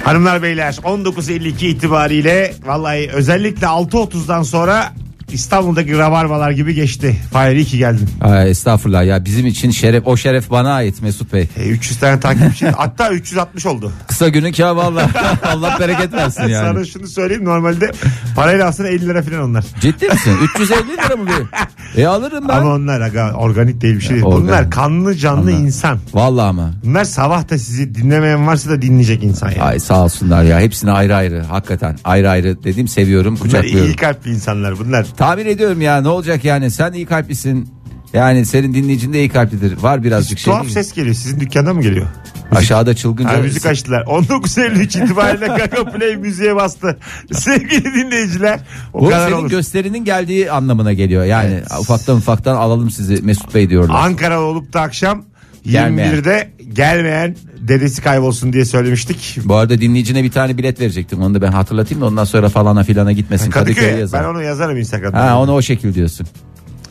Speaker 2: Hanımlar beyler 19.52 itibariyle vallahi özellikle 6.30'dan sonra İstanbul'daki rabarbalar gibi geçti. Fahir iyi ki geldin.
Speaker 3: Ay, estağfurullah ya bizim için şeref o şeref bana ait Mesut Bey.
Speaker 2: E, 300 tane takipçi hatta 360 oldu.
Speaker 3: Kısa günün kâbı Allah. Allah bereket versin yani.
Speaker 2: Sana şunu söyleyeyim normalde parayla aslında 50 lira falan onlar.
Speaker 3: Ciddi misin? 350 lira mı bir? E alırım ben.
Speaker 2: Ama onlar aga, organik değil bir şey değil.
Speaker 3: organik.
Speaker 2: Bunlar kanlı canlı
Speaker 3: Anladım.
Speaker 2: insan.
Speaker 3: Vallahi ama.
Speaker 2: Bunlar sabah da sizi dinlemeyen varsa da dinleyecek insan yani.
Speaker 3: Ay sağ olsunlar ya. Hepsini ayrı ayrı. Hakikaten ayrı ayrı dedim seviyorum
Speaker 2: Bunlar
Speaker 3: kucaklıyorum.
Speaker 2: iyi kalpli insanlar bunlar.
Speaker 3: Tahmin ediyorum ya ne olacak yani sen iyi kalplisin. Yani senin dinleyicin de iyi kalplidir. Var birazcık şey.
Speaker 2: Tuhaf
Speaker 3: değil mi?
Speaker 2: ses geliyor. Sizin dükkanda mı geliyor?
Speaker 3: Aşağıda çılgınca.
Speaker 2: Ha, müzik açtılar. 1953 itibariyle Kaka Play müziğe bastı. Sevgili dinleyiciler o
Speaker 3: Bu
Speaker 2: kadar
Speaker 3: senin
Speaker 2: olur.
Speaker 3: gösterinin geldiği anlamına geliyor. Yani ufaktan ufaktan alalım sizi Mesut Bey diyorlar.
Speaker 2: Ankara olup da akşam
Speaker 3: Gelmeyen.
Speaker 2: 21'de gelmeyen dedesi kaybolsun diye söylemiştik.
Speaker 3: Bu arada dinleyicine bir tane bilet verecektim. Onu da ben hatırlatayım da ondan sonra falana filana gitmesin. Kadıköy'e
Speaker 2: Kadıköy. Ben
Speaker 3: yazar.
Speaker 2: onu yazarım Instagram'da.
Speaker 3: Ha onu o şekil diyorsun.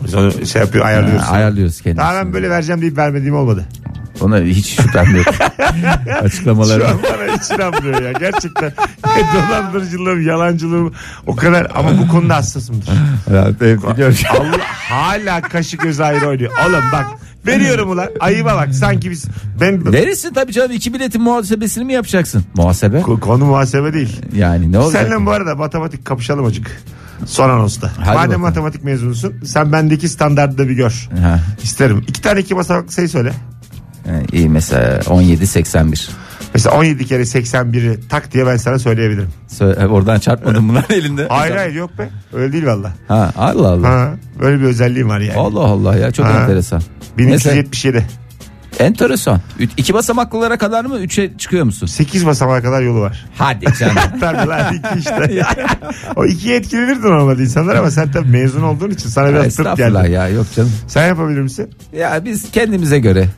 Speaker 2: Biz onu şey yapıyor
Speaker 3: Ha,
Speaker 2: ayarlıyoruz.
Speaker 3: ayarlıyoruz kendisini.
Speaker 2: Daha ben böyle vereceğim deyip vermediğim olmadı.
Speaker 3: Ona hiç şüphem yok.
Speaker 2: Şu
Speaker 3: Açıklamaları.
Speaker 2: an bana hiç inanmıyor ya. Gerçekten dolandırıcılığım, yalancılığım o kadar ama bu konuda hassasımdır.
Speaker 3: Ya, evet, biliyorum.
Speaker 2: Allah hala kaşı göz ayrı oynuyor. Oğlum bak veriyorum ulan. Ayıba bak sanki biz ben
Speaker 3: Verirsin tabii canım iki biletin muhasebesini mi yapacaksın? Muhasebe?
Speaker 2: Ko- konu muhasebe değil.
Speaker 3: Yani ne olacak?
Speaker 2: Seninle bu arada matematik kapışalım acık. Son anosta. Madem
Speaker 3: bakalım.
Speaker 2: matematik mezunusun sen bendeki standartı da bir gör.
Speaker 3: Ha.
Speaker 2: İsterim. İki tane iki basamaklı sayı söyle.
Speaker 3: Ee, İyi mesela 17.81.
Speaker 2: Mesela 17 kere 81'i tak diye ben sana söyleyebilirim.
Speaker 3: Sö- e, Oradan çarpmadım bunlar elinde.
Speaker 2: Hayır hayır yok be. Öyle değil valla.
Speaker 3: Ha, Allah Allah.
Speaker 2: Ha, böyle bir özelliğim var yani.
Speaker 3: Allah Allah ya çok
Speaker 2: Ha.
Speaker 3: enteresan. Mesela
Speaker 2: 1377.
Speaker 3: enteresan. Ü- İki basamaklılara kadar mı? Üçe çıkıyor musun?
Speaker 2: 8 basamağa kadar yolu var.
Speaker 3: Hadi canım.
Speaker 2: Tabii lan iki işte. o ikiye etkilenirdi normalde insanlar ama sen tabii mezun olduğun için sana biraz tırt
Speaker 3: Estağfurullah
Speaker 2: geldi.
Speaker 3: ya yok canım.
Speaker 2: Sen yapabilir misin?
Speaker 3: Ya biz kendimize göre.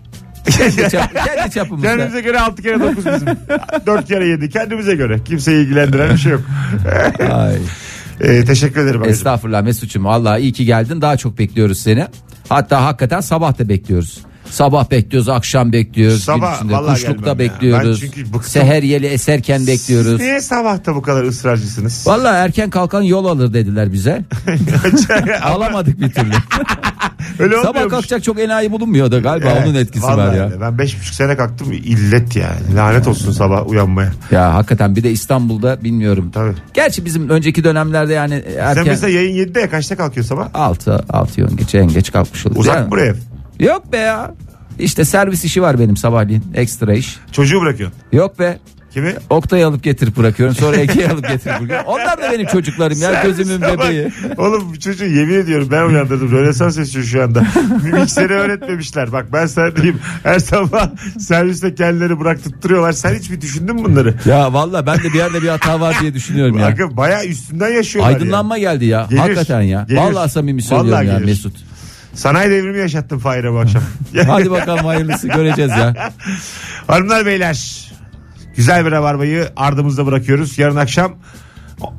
Speaker 3: Kendi, çap, kendi çapımızda.
Speaker 2: Kendimize göre 6 kere 9 bizim. 4 kere 7 kendimize göre. Kimseyi ilgilendiren bir şey yok.
Speaker 3: Ay.
Speaker 2: Ee, teşekkür ederim. abicim.
Speaker 3: Estağfurullah Mesut'cum vallahi iyi ki geldin daha çok bekliyoruz seni. Hatta hakikaten sabah da bekliyoruz. Sabah bekliyoruz, akşam bekliyoruz,
Speaker 2: Sabah
Speaker 3: gün içinde
Speaker 2: vallahi
Speaker 3: kuşlukta
Speaker 2: gelmem ya.
Speaker 3: bekliyoruz.
Speaker 2: Ben çünkü bıktım.
Speaker 3: Seher yeli eserken bekliyoruz.
Speaker 2: Niye sabahta bu kadar ısrarcısınız?
Speaker 3: Vallahi erken kalkan yol alır dediler bize. Alamadık bir türlü.
Speaker 2: Öyle
Speaker 3: Sabah
Speaker 2: olmuyormuş.
Speaker 3: kalkacak çok enayi bulunmuyordu galiba
Speaker 2: Evet,
Speaker 3: onun etkisi
Speaker 2: vallahi
Speaker 3: var ya.
Speaker 2: öyle. Ben beş buçuk sene kalktım illet yani. Lanet olsun sabah uyanmaya.
Speaker 3: Ya hakikaten bir de İstanbul'da bilmiyorum.
Speaker 2: Tabii.
Speaker 3: Gerçi bizim önceki dönemlerde yani
Speaker 2: Sen
Speaker 3: erken
Speaker 2: mesela yayın 7'de ya kaçta kalkıyor sabah?
Speaker 3: 6 6 yön geç en geç kalkmış olur.
Speaker 2: Uzak buraya.
Speaker 3: Yok be ya. İşte servis işi var benim sabahleyin. Ekstra iş.
Speaker 2: Çocuğu bırakıyorsun.
Speaker 3: Yok be.
Speaker 2: Kimi?
Speaker 3: Oktay'ı alıp getirip bırakıyorum. Sonra Ege'yi alıp getirip bırakıyorum. Onlar da benim çocuklarım ya. Gözümün
Speaker 2: Servise bak.
Speaker 3: bebeği.
Speaker 2: Oğlum bu çocuğu yemin ediyorum ben uyandırdım. Rönesans yaşıyor şu anda. Mikseri öğretmemişler. Bak ben sana diyeyim. Her sabah serviste kendileri bıraktırıyorlar. Sen hiç mi düşündün mü bunları?
Speaker 3: Ya valla ben de bir yerde bir hata var diye düşünüyorum ya.
Speaker 2: Bakın bayağı üstünden yaşıyorlar ya.
Speaker 3: Aydınlanma geldi ya.
Speaker 2: Gelir,
Speaker 3: Hakikaten ya.
Speaker 2: gelir.
Speaker 3: Vallahi samimi söylüyorum
Speaker 2: Vallahi
Speaker 3: ya
Speaker 2: gelir.
Speaker 3: Mesut.
Speaker 2: Sanayi devrimi yaşattım Fahir'e bu akşam.
Speaker 3: Hadi bakalım hayırlısı göreceğiz ya.
Speaker 2: Hanımlar beyler. Güzel bir rabarbayı ardımızda bırakıyoruz. Yarın akşam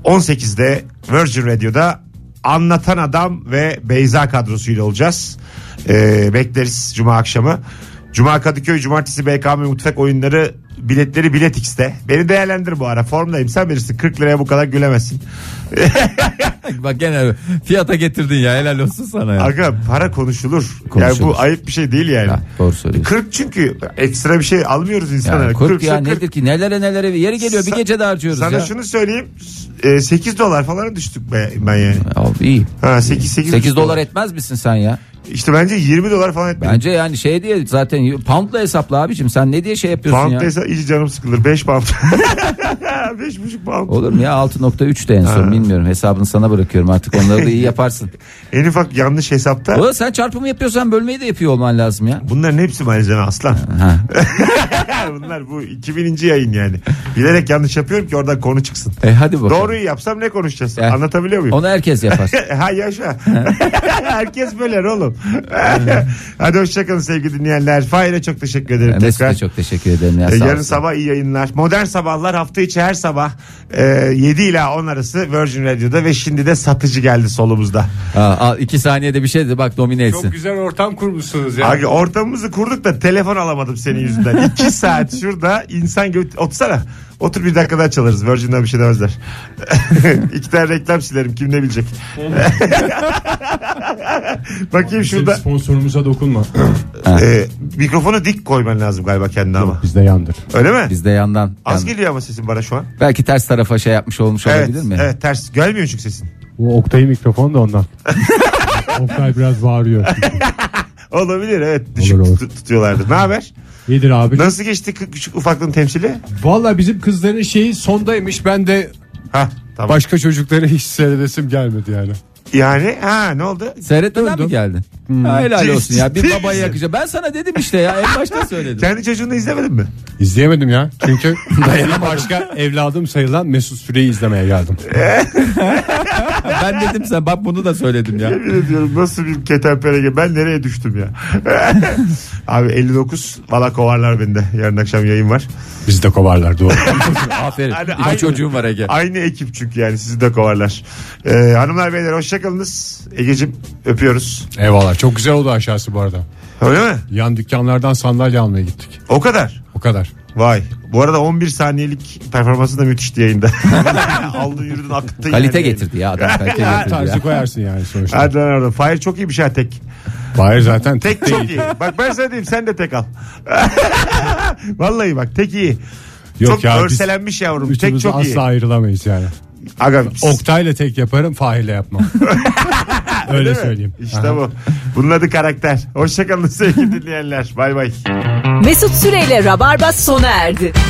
Speaker 2: 18'de Virgin Radio'da Anlatan Adam ve Beyza kadrosuyla olacağız. Ee, bekleriz Cuma akşamı. Cuma Kadıköy, Cumartesi BKM Mutfak oyunları biletleri Bilet X'te. Beni değerlendir bu ara. Formdayım. Sen bilirsin 40 liraya bu kadar gülemezsin.
Speaker 3: Bak gene fiyata getirdin ya. Helal olsun sana ya.
Speaker 2: Aga para konuşulur.
Speaker 3: Konuşulur.
Speaker 2: Yani bu ayıp bir şey değil yani.
Speaker 3: Ha, doğru söylüyorsun.
Speaker 2: 40 çünkü ekstra bir şey almıyoruz insanlara.
Speaker 3: Yani 40 ya
Speaker 2: 40.
Speaker 3: nedir ki nelere nelere yeri geliyor bir
Speaker 2: Sa-
Speaker 3: gece de harcıyoruz
Speaker 2: Sana
Speaker 3: ya.
Speaker 2: şunu söyleyeyim. e, 8 dolar falan düştük be- ben yani.
Speaker 3: Abi iyi.
Speaker 2: Ha 8 8,
Speaker 3: 8 dolar etmez misin sen ya?
Speaker 2: İşte bence 20 dolar falan etmedi.
Speaker 3: Bence yani şey diye zaten poundla hesapla abicim sen ne diye şey yapıyorsun ya?
Speaker 2: Pound dese iyice canım sıkılır. 5 pound. 5,5 pound.
Speaker 3: Olur mu ya 6.3 de en son bilmiyorum hesabını sana bırakıyorum artık onları da iyi yaparsın.
Speaker 2: En ufak yanlış hesapta
Speaker 3: Oğlum sen çarpımı yapıyorsan bölmeyi de yapıyor olman lazım ya.
Speaker 2: bunların hepsi malzeme aslan.
Speaker 3: Ha.
Speaker 2: Bunlar bu 2000. yayın yani. Bilerek yanlış yapıyorum ki oradan konu çıksın.
Speaker 3: E hadi bakalım.
Speaker 2: Doğruyu yapsam ne konuşacağız?
Speaker 3: Eh.
Speaker 2: Anlatabiliyor muyum?
Speaker 3: Onu herkes yapar.
Speaker 2: ha yaşa. Herkes böyle oğlum. Hadi hoşçakalın sevgili dinleyenler. Fahir'e çok teşekkür ederim.
Speaker 3: E, Mesut'a
Speaker 2: tekrar.
Speaker 3: çok teşekkür ederim ya.
Speaker 2: Ee,
Speaker 3: sağ
Speaker 2: Yarın
Speaker 3: olsun.
Speaker 2: sabah iyi yayınlar. Modern sabahlar hafta içi her sabah e, 7 ila 10 arası Virgin Radio'da ve şimdi de satıcı geldi solumuzda.
Speaker 3: Ha, al, iki saniyede bir şey de bak domine etsin.
Speaker 6: Çok güzel ortam kurmuşsunuz ya.
Speaker 2: Abi ortamımızı kurduk da telefon alamadım senin yüzünden. 2 saat şurada insan gibi otursana. Otur bir dakika daha çalarız. Virgin'den bir şey demezler. İki tane reklam silerim kim ne bilecek. Bakayım
Speaker 6: Bizim
Speaker 2: şurada.
Speaker 6: Sponsorumuza dokunma.
Speaker 2: E, mikrofonu dik koyman lazım galiba kendine ama.
Speaker 6: Bizde yandır.
Speaker 2: Öyle mi?
Speaker 3: Bizde yandan.
Speaker 2: Az
Speaker 3: yandan.
Speaker 2: geliyor ama sesin bana şu an.
Speaker 3: Belki ters tarafa şey yapmış olmuş
Speaker 2: Evet,
Speaker 3: olabilir mi?
Speaker 2: evet ters. Gelmiyor çünkü sesin.
Speaker 7: Bu Oktay mikrofon da ondan. Oktay biraz bağırıyor.
Speaker 2: Olabilir evet. Düşük
Speaker 7: Olur, olur.
Speaker 2: tut- tutuyorlardı. Ne haber?
Speaker 7: Yedir abi.
Speaker 2: Nasıl geçti kı- küçük ufaklığın temsili?
Speaker 6: Valla bizim kızların şeyi sondaymış. Ben de
Speaker 2: Ha tamam.
Speaker 6: başka çocuklara hiç seyredesim gelmedi yani.
Speaker 2: Yani ha ne oldu?
Speaker 3: Seyretmeden mi
Speaker 6: Döndüm.
Speaker 3: geldin? Ha, helal
Speaker 2: Ciddi
Speaker 3: olsun ya. Bir
Speaker 2: misin?
Speaker 3: babaya yakacağım. Ben sana dedim işte ya. En başta söyledim.
Speaker 2: Kendi çocuğunu izlemedin mi?
Speaker 6: İzleyemedim ya. Çünkü benim başka evladım sayılan Mesut Süreyi izlemeye geldim.
Speaker 3: ben dedim sen bak bunu da söyledim ya.
Speaker 2: Yemin ediyorum nasıl bir ketenperege ben nereye düştüm ya? Abi 59 valla kovarlar bende. Yarın akşam yayın var.
Speaker 6: Biz de kovarlar doğru.
Speaker 3: Aferin.
Speaker 2: Hani
Speaker 3: İki
Speaker 2: aynı-
Speaker 3: çocuğum var Ege.
Speaker 2: Aynı ekip çünkü yani sizi de kovarlar. Ee, hanımlar beyler hoşçakalınız. Egeciğim öpüyoruz.
Speaker 6: Eyvallah çok güzel oldu aşağısı bu arada.
Speaker 2: Öyle mi?
Speaker 6: Yan dükkanlardan sandalye almaya gittik.
Speaker 2: O kadar.
Speaker 6: O kadar.
Speaker 2: Vay. Bu arada 11 saniyelik performansı da müthişti yayında. Aldın yürüdün akıttın.
Speaker 3: Kalite
Speaker 2: yani.
Speaker 3: getirdi ya adam kalite
Speaker 6: Her
Speaker 3: getirdi
Speaker 6: tarzı
Speaker 3: ya.
Speaker 6: koyarsın yani sonuçta.
Speaker 2: Hadi lan orada. Fahir çok iyi bir şey tek.
Speaker 6: Hayır zaten tek,
Speaker 2: Tek çok iyi. Bak ben sana diyeyim sen de tek al. Vallahi bak tek iyi.
Speaker 6: Yok
Speaker 2: çok
Speaker 6: ya biz
Speaker 2: örselenmiş yavrum. Tek
Speaker 6: üçümüz
Speaker 2: çok
Speaker 6: asla
Speaker 2: iyi.
Speaker 6: ayrılamayız yani.
Speaker 2: Aga,
Speaker 6: Oktay'la tek yaparım Fahir'le yapmam. Öyle
Speaker 2: değil mi?
Speaker 6: söyleyeyim.
Speaker 2: İşte bu. Bunun adı karakter. Hoşçakalın sevgili dinleyenler. Bay bay.
Speaker 1: Mesut Süreyle Rabarba sona erdi.